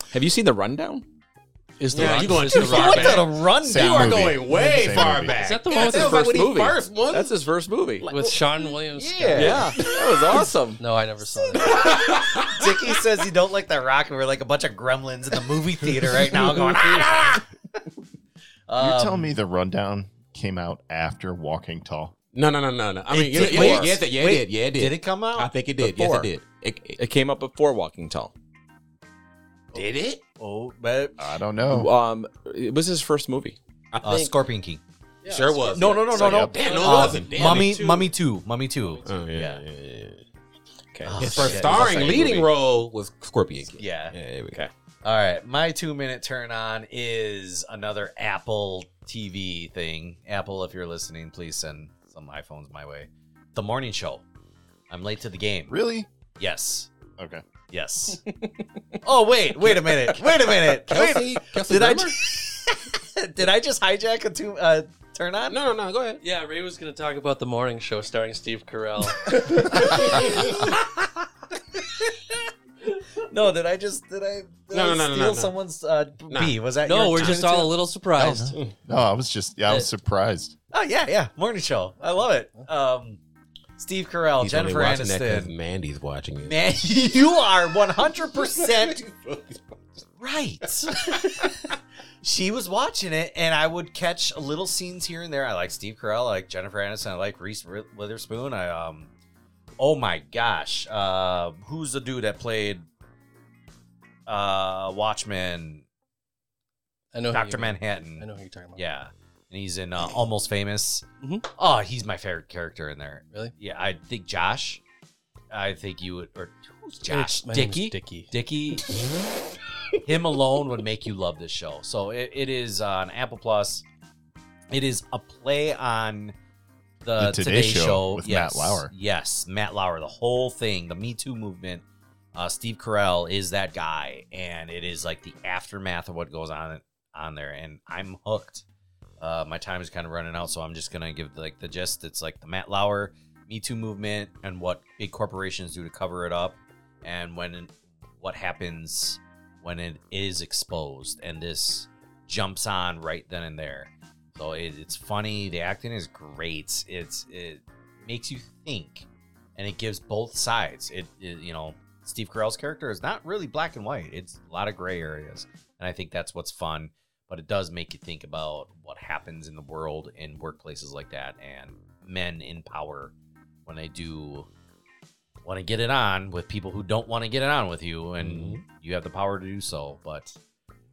Speaker 8: Have you seen the rundown?
Speaker 10: Is
Speaker 12: Yeah, you going
Speaker 10: is
Speaker 12: too
Speaker 10: The
Speaker 12: far
Speaker 10: Rock in?
Speaker 12: back.
Speaker 9: a rundown.
Speaker 11: Same
Speaker 12: you are
Speaker 11: movie.
Speaker 12: going way
Speaker 11: Same
Speaker 12: far
Speaker 11: movie.
Speaker 12: back.
Speaker 10: Is that the
Speaker 12: God,
Speaker 10: one with his
Speaker 12: was like
Speaker 8: first
Speaker 12: the
Speaker 8: movie?
Speaker 12: First one.
Speaker 8: That's his first movie.
Speaker 10: with Sean Williams. Scott.
Speaker 12: yeah.
Speaker 8: yeah, that was awesome.
Speaker 10: No, I never saw that.
Speaker 9: Dicky says you don't like The Rock, and we're like a bunch of gremlins in the movie theater right now going, ah!
Speaker 11: you're
Speaker 10: Um,
Speaker 11: telling
Speaker 9: Um,
Speaker 11: me the rundown came out after Walking Tall?
Speaker 12: No, no, no, no, no. I mean,
Speaker 9: It
Speaker 12: yeah,
Speaker 9: did.
Speaker 12: yeah,
Speaker 9: Wait,
Speaker 12: yes, yeah, it
Speaker 9: wait,
Speaker 12: did. Yeah, it did.
Speaker 9: Did it come out?
Speaker 12: I think it did. Yes,
Speaker 8: Before.
Speaker 12: it did. It,
Speaker 8: It came up before Walking Tall.
Speaker 12: did it?
Speaker 9: oh, but
Speaker 11: I don't
Speaker 12: Oh.
Speaker 11: know.
Speaker 8: Um, it was his first movie.
Speaker 12: I
Speaker 9: uh,
Speaker 12: think-
Speaker 9: Scorpion King.
Speaker 12: sure was.
Speaker 9: No, no, no, no, no.
Speaker 12: Damn, no, it
Speaker 9: Uh,
Speaker 12: wasn't. Damn,
Speaker 9: Mummy,
Speaker 12: it too.
Speaker 9: Mummy Two, Mummy Two.
Speaker 12: Oh, yeah,
Speaker 9: Yeah.
Speaker 12: yeah, yeah, yeah.
Speaker 8: Okay.
Speaker 9: Oh,
Speaker 12: His
Speaker 9: shit.
Speaker 12: first starring
Speaker 8: It's the same
Speaker 12: leading
Speaker 8: movie.
Speaker 12: role was Scorpion King.
Speaker 9: Yeah.
Speaker 12: Yeah, there we go.
Speaker 8: Okay.
Speaker 9: All right, my two-minute turn on is another Apple TV thing. Apple, if you're listening, please send some iPhones my way. the morning show. I'm late to the game.
Speaker 11: Really?
Speaker 9: Yes.
Speaker 11: Okay.
Speaker 9: Yes. oh wait, wait a minute. Wait a minute. Wait.
Speaker 12: Kelsey- Kelsey
Speaker 9: did I
Speaker 12: Grammer?
Speaker 9: ju- did I just hijack a two uh, turn on?
Speaker 12: No, no, go ahead.
Speaker 8: Yeah, Ray was going to talk about the morning show starring Steve Carell.
Speaker 9: No, did I just did I, did
Speaker 12: No,
Speaker 9: I
Speaker 12: no, no, no,
Speaker 9: steal
Speaker 12: no, no.
Speaker 9: someone's uh,
Speaker 12: No.
Speaker 9: B? Was that
Speaker 8: no,
Speaker 9: your
Speaker 8: we're
Speaker 9: turn
Speaker 8: just all
Speaker 9: too?
Speaker 8: a little surprised.
Speaker 11: No, I was just yeah, I was surprised.
Speaker 9: Oh yeah, yeah. Morning show. I love it. Um, Steve Carell,
Speaker 12: He's only
Speaker 9: Jennifer
Speaker 12: watching that 'cause
Speaker 9: Aniston.
Speaker 12: Mandy's watching it.
Speaker 9: Man, you are one hundred percent right. she was watching it, and I would catch little scenes here and there. I like Steve Carell, I like Jennifer Aniston, I like Reese Wi- Witherspoon. I um, oh my gosh, uh, who's the dude that played uh Watchmen?
Speaker 8: I know who you
Speaker 9: Doctor
Speaker 8: mean.
Speaker 9: Manhattan.
Speaker 8: I know who you're talking about.
Speaker 9: Yeah, and he's in uh, Almost Famous.
Speaker 8: Mhm.
Speaker 9: Oh, he's my favorite character in there.
Speaker 8: Really?
Speaker 9: Yeah, I think Josh. I think you would, or who's Josh?
Speaker 8: It's- my name is
Speaker 9: Dicky.
Speaker 8: Dicky.
Speaker 9: Dicky. Him alone would make you love this show. So it, it is on Apple Plus. It is a play on the,
Speaker 11: The
Speaker 9: Today,
Speaker 11: Today
Speaker 9: Show,
Speaker 11: Show with
Speaker 9: yes,
Speaker 11: Matt Lauer.
Speaker 9: Yes, Matt Lauer. The whole thing, the Me Too movement. Uh, Steve Carell is that guy, and it is like the aftermath of what goes on on there. And I'm hooked. Uh, my time is kind of running out, so I'm just gonna give like the gist. It's like the Matt Lauer Me Too movement and what big corporations do to cover it up, and when what happens when it is exposed. And this jumps on right then and there. So it, it's funny. The acting is great. It's it makes you think, and it gives both sides. It, it you know Steve Carell's character is not really black and white. It's a lot of gray areas, and I think that's what's fun. But it does make you think about what happens in the world in workplaces like that, and men in power when they do want to get it on with people who don't want to get it on with you, and you have the power to do so. But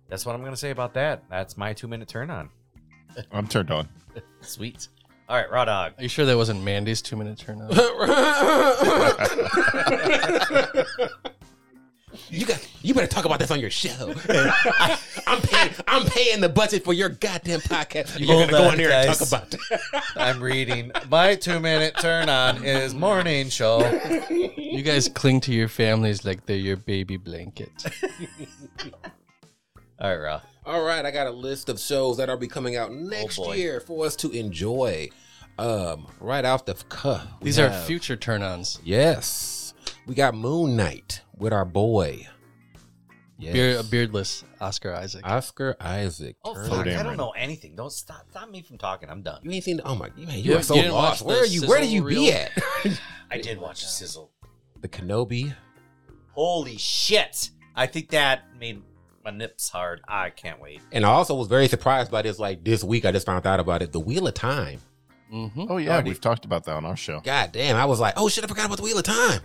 Speaker 9: that's what I'm gonna say about that. That's my two minute turn on.
Speaker 11: I'm turned on.
Speaker 9: Sweet. All right, Raw Dog.
Speaker 8: Are you sure that wasn't Mandy's two minute turnout?
Speaker 12: you got. You better talk about this on your show. I, am paying. I'm paying the budget for your goddamn podcast. You're
Speaker 9: Hold
Speaker 12: gonna go
Speaker 9: on,
Speaker 12: in here and
Speaker 9: guys.
Speaker 12: talk about that.
Speaker 9: I'm reading. My two minute turn on is morning show.
Speaker 8: you guys cling to your families like they're your baby blanket.
Speaker 9: All right, Raw.
Speaker 12: All right, I got a list of shows that will be coming out next
Speaker 9: boy.
Speaker 12: year for us to enjoy. Um, right off the cuff, we
Speaker 8: These are
Speaker 12: have-
Speaker 8: future turn ons.
Speaker 12: Yes, we got Moon Knight with our boy. Yes.
Speaker 8: Beard, a beardless Oscar Isaac.
Speaker 12: Oscar Isaac.
Speaker 9: Oh
Speaker 12: Turner.
Speaker 9: fuck! I
Speaker 11: Dameron.
Speaker 9: don't know anything. Don't stop stop me from talking. I'm done.
Speaker 12: You ain't seen. Oh my man,
Speaker 8: You
Speaker 12: you are so
Speaker 8: didn't
Speaker 12: lost.
Speaker 8: watch the
Speaker 12: Where are you? Where do
Speaker 8: sizzle
Speaker 12: you be
Speaker 8: reel?
Speaker 12: at?
Speaker 9: I did watch Sizzle.
Speaker 12: the Kenobi.
Speaker 9: Holy shit! I think that made my nips hard. I can't wait.
Speaker 12: And I also was very surprised by this. Like this week, I just found out about it. The Wheel of Time.
Speaker 8: hmm
Speaker 11: Oh yeah, we've talked about that on our show.
Speaker 12: God damn! I was like, oh shit, I forgot about the Wheel of Time.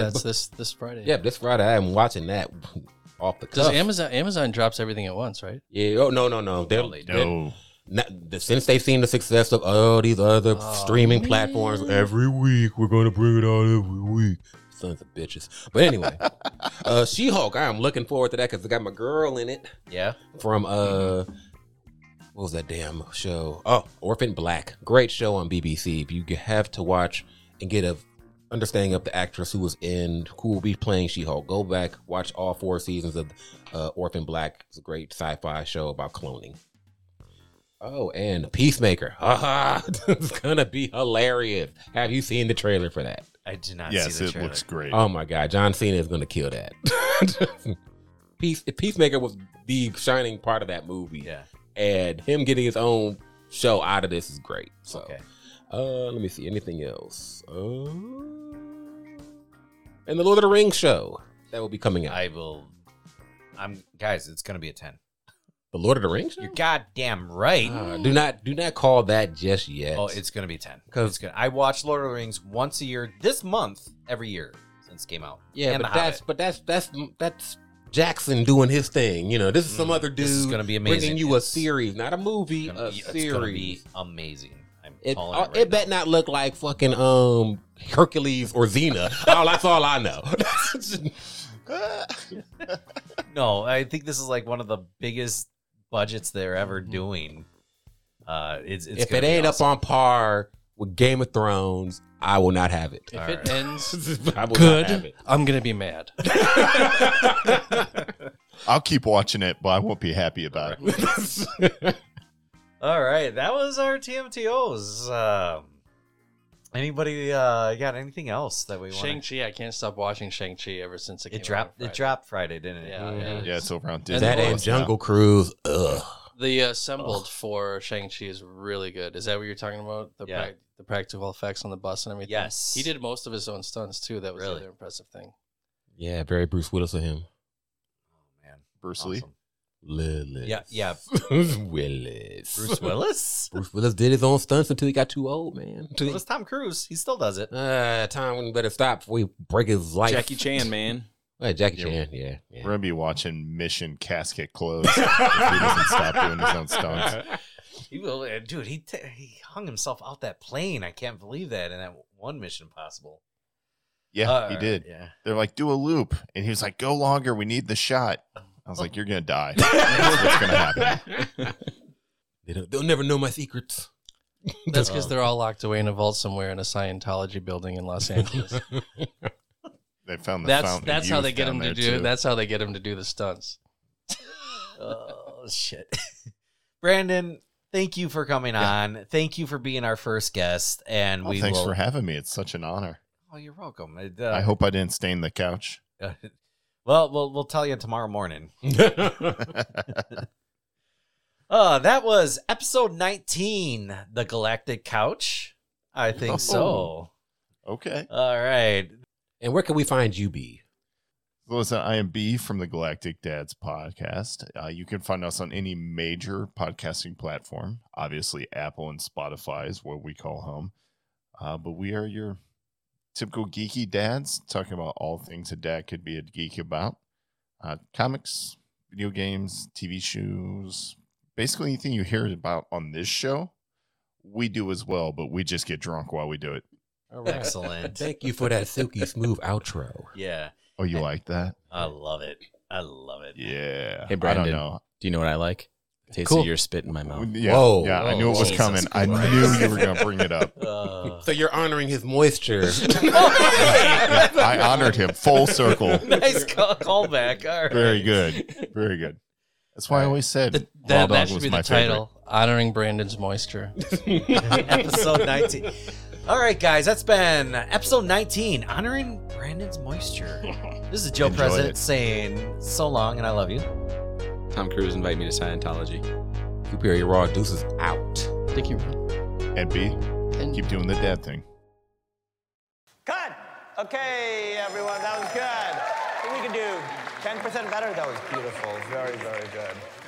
Speaker 8: that's this this Friday.
Speaker 12: yeah, this Friday I am watching that off the
Speaker 8: Does
Speaker 12: cuff.
Speaker 8: Amazon Amazon drops everything at once, right?
Speaker 12: yeah. Oh no, no, no. They're,
Speaker 9: they
Speaker 12: they're-
Speaker 11: No.
Speaker 12: not- the- since they've seen the success of all these other
Speaker 8: Oh,
Speaker 12: streaming platforms, every week we're gonna bring it out every week. Sons of bitches. But anyway, uh, She Hulk. I am looking forward to that because I got my girl in it.
Speaker 9: Yeah.
Speaker 12: from uh what was that damn show oh orphan black great show on bbc If you g- have to watch and get a understanding of the actress who was in who will be playing she-hulk go back watch all four seasons of uh, orphan black it's a great sci-fi show about cloning oh and peacemaker ah it's gonna be hilarious have you seen the trailer for that
Speaker 9: I did not
Speaker 11: Yes,
Speaker 9: see the
Speaker 11: it
Speaker 9: trailer.
Speaker 11: looks great.
Speaker 12: Oh my God, John Cena is going to kill that. Peace, Peacemaker was the shining part of that movie,
Speaker 9: Yeah.
Speaker 12: and him getting his own show out of this is great. So,
Speaker 9: Okay.
Speaker 12: uh, let me see anything else. Uh, and the Lord of the Rings show that will be coming out.
Speaker 9: I will. I'm guys. It's gonna be a ten.
Speaker 12: the Lord of the Rings. Show?
Speaker 9: You're goddamn right.
Speaker 12: Ah, do not do not call that just yet.
Speaker 9: Oh, it's gonna be ten.
Speaker 12: 'Cause-
Speaker 9: It's gonna. I watch Lord of the Rings once a year. This month, every year since it came out.
Speaker 12: yeah, but
Speaker 9: and The Hobbit.
Speaker 12: that's but that's that's that's Jackson doing his thing. You know, this is some
Speaker 9: Mm,
Speaker 12: other dude.
Speaker 9: this is gonna be amazing.
Speaker 12: Bringing you a
Speaker 9: It's
Speaker 12: series, not a movie,
Speaker 9: gonna
Speaker 12: a
Speaker 9: be-
Speaker 12: series.
Speaker 9: It's gonna be amazing. I'm
Speaker 12: It,
Speaker 9: calling
Speaker 12: uh,
Speaker 9: it. Right
Speaker 12: it bet not look like fucking um Hercules or Xena. oh, that's all I know.
Speaker 9: now. No, I think this is like one of the biggest
Speaker 8: Mm-hmm.
Speaker 9: budgets they're ever doing. Uh, it's, it's
Speaker 12: if it ain't up on par with Game of Thrones, I will not have it.
Speaker 8: If it ends
Speaker 12: I will
Speaker 8: good,
Speaker 12: not have it.
Speaker 8: I'm gonna be mad.
Speaker 11: I'll keep watching it, but I won't be happy about it.
Speaker 9: All right, that was our TMTOs. Um, anybody uh, got anything else that we want?
Speaker 8: Shang Chi, I can't stop watching Shang Chi ever since it, came
Speaker 9: It dropped.
Speaker 8: Out on
Speaker 9: It
Speaker 8: Friday.
Speaker 9: dropped Friday, didn't it?
Speaker 8: Yeah,
Speaker 11: yeah, it's over on Disney.
Speaker 12: That
Speaker 11: Plus
Speaker 12: and
Speaker 11: now.
Speaker 12: Jungle Cruise. Ugh.
Speaker 8: The assembled for Shang Chi is really good. Is that what you're talking about? The
Speaker 9: Yeah.
Speaker 8: prac- the practical effects on the bus and everything.
Speaker 9: Yes.
Speaker 8: he did most of his own stunts too. That was the
Speaker 9: Really?
Speaker 8: other impressive thing.
Speaker 12: Yeah, very Bruce Willis of him.
Speaker 9: Man,
Speaker 11: Oh, Bruce Lee.
Speaker 9: awesome.
Speaker 12: Willis.
Speaker 9: Yeah, yeah.
Speaker 12: Willis.
Speaker 9: Bruce Willis.
Speaker 12: Bruce Willis did his own stunts until he got too old, man. Until
Speaker 9: it
Speaker 12: he,
Speaker 9: was Tom Cruise. He still does it.
Speaker 12: uh, time when he better stop before he break his life.
Speaker 14: Jackie Chan, man.
Speaker 12: Yeah, Jackie
Speaker 11: Yeah.
Speaker 12: Chan. Yeah. yeah.
Speaker 11: We're gonna be watching Mission Casket Close if he doesn't stop doing his own stunts.
Speaker 9: He will, uh, dude. He t- he hung himself out that plane. I can't believe that in that one Mission Impossible.
Speaker 11: Yeah,
Speaker 9: Uh,
Speaker 11: he did.
Speaker 9: Yeah.
Speaker 11: They're like, do a loop, and he was like, go longer. We need the shot. I was like, you're gonna die. That's what's gonna happen.
Speaker 12: They don't, they'll never know my secrets.
Speaker 8: That's because they're all locked away in a vault somewhere in a Scientology building in Los Angeles.
Speaker 11: They found the
Speaker 8: that's
Speaker 11: fountain. of
Speaker 8: that's how
Speaker 11: youth
Speaker 8: they get
Speaker 11: down
Speaker 8: him to
Speaker 11: there,
Speaker 8: do.
Speaker 11: too.
Speaker 8: That's how they get him to do the stunts.
Speaker 9: oh shit brandon thank you for coming on thank you for being our first guest and
Speaker 11: Well,
Speaker 9: we
Speaker 11: Oh, thanks
Speaker 9: will-
Speaker 11: for having me. It's such an honor.
Speaker 9: oh you're welcome It,
Speaker 11: I
Speaker 9: uh,
Speaker 11: hope I didn't stain the couch.
Speaker 9: well, well we'll tell you tomorrow morning uh that was episode 19 the galactic couch i
Speaker 11: Oh.
Speaker 9: think so
Speaker 11: okay.
Speaker 9: all right
Speaker 12: And where can we find you, B?
Speaker 11: Well, listen, I am B from the Galactic Dads podcast. Uh, you can find us on any major podcasting platform. Obviously, Apple and Spotify is what we call home. Uh, but we are your typical geeky dads talking about all things a dad could be a geek about uh, comics, video games, TV shows, basically anything you hear about on this show. We do as well, but we just get drunk while we do it.
Speaker 12: All
Speaker 9: excellent
Speaker 12: Thank you for that silky smooth outro.
Speaker 9: yeah
Speaker 11: Oh, you like that?
Speaker 9: i love it i love it
Speaker 11: Yeah.
Speaker 10: Hey, Brandon.
Speaker 11: I don't know.
Speaker 10: Do you know what I like? Taste
Speaker 12: Cool.
Speaker 10: of your spit in my mouth.
Speaker 11: Yeah,
Speaker 12: Whoa.
Speaker 11: yeah, I knew it was
Speaker 10: Jesus
Speaker 11: coming. I
Speaker 10: Christ.
Speaker 11: knew you were gonna bring it up.
Speaker 9: Uh,
Speaker 12: So you're honoring his moisture.
Speaker 11: Yeah, I honored him full circle.
Speaker 9: nice call, callback all right
Speaker 11: Very good, very good. That's why I always said
Speaker 8: Th-
Speaker 11: Raw
Speaker 8: that,
Speaker 11: Dog
Speaker 8: that should
Speaker 11: was
Speaker 8: be
Speaker 11: my
Speaker 8: the title. Honoring Brandon's moisture.
Speaker 9: episode 19. All right, guys, that's been episode 19, honoring Brandon's moisture. This is Joe
Speaker 11: Enjoy
Speaker 9: President
Speaker 11: it.
Speaker 9: saying so long and I love you.
Speaker 14: Tom Cruise invited me to Scientology.
Speaker 12: Superior Raw Deuces out.
Speaker 8: Thank you.
Speaker 11: favorite. And B, keep doing the dad thing.
Speaker 15: Cut! Okay, everyone, that was good. We could do 10% better. That was beautiful. Very, very good.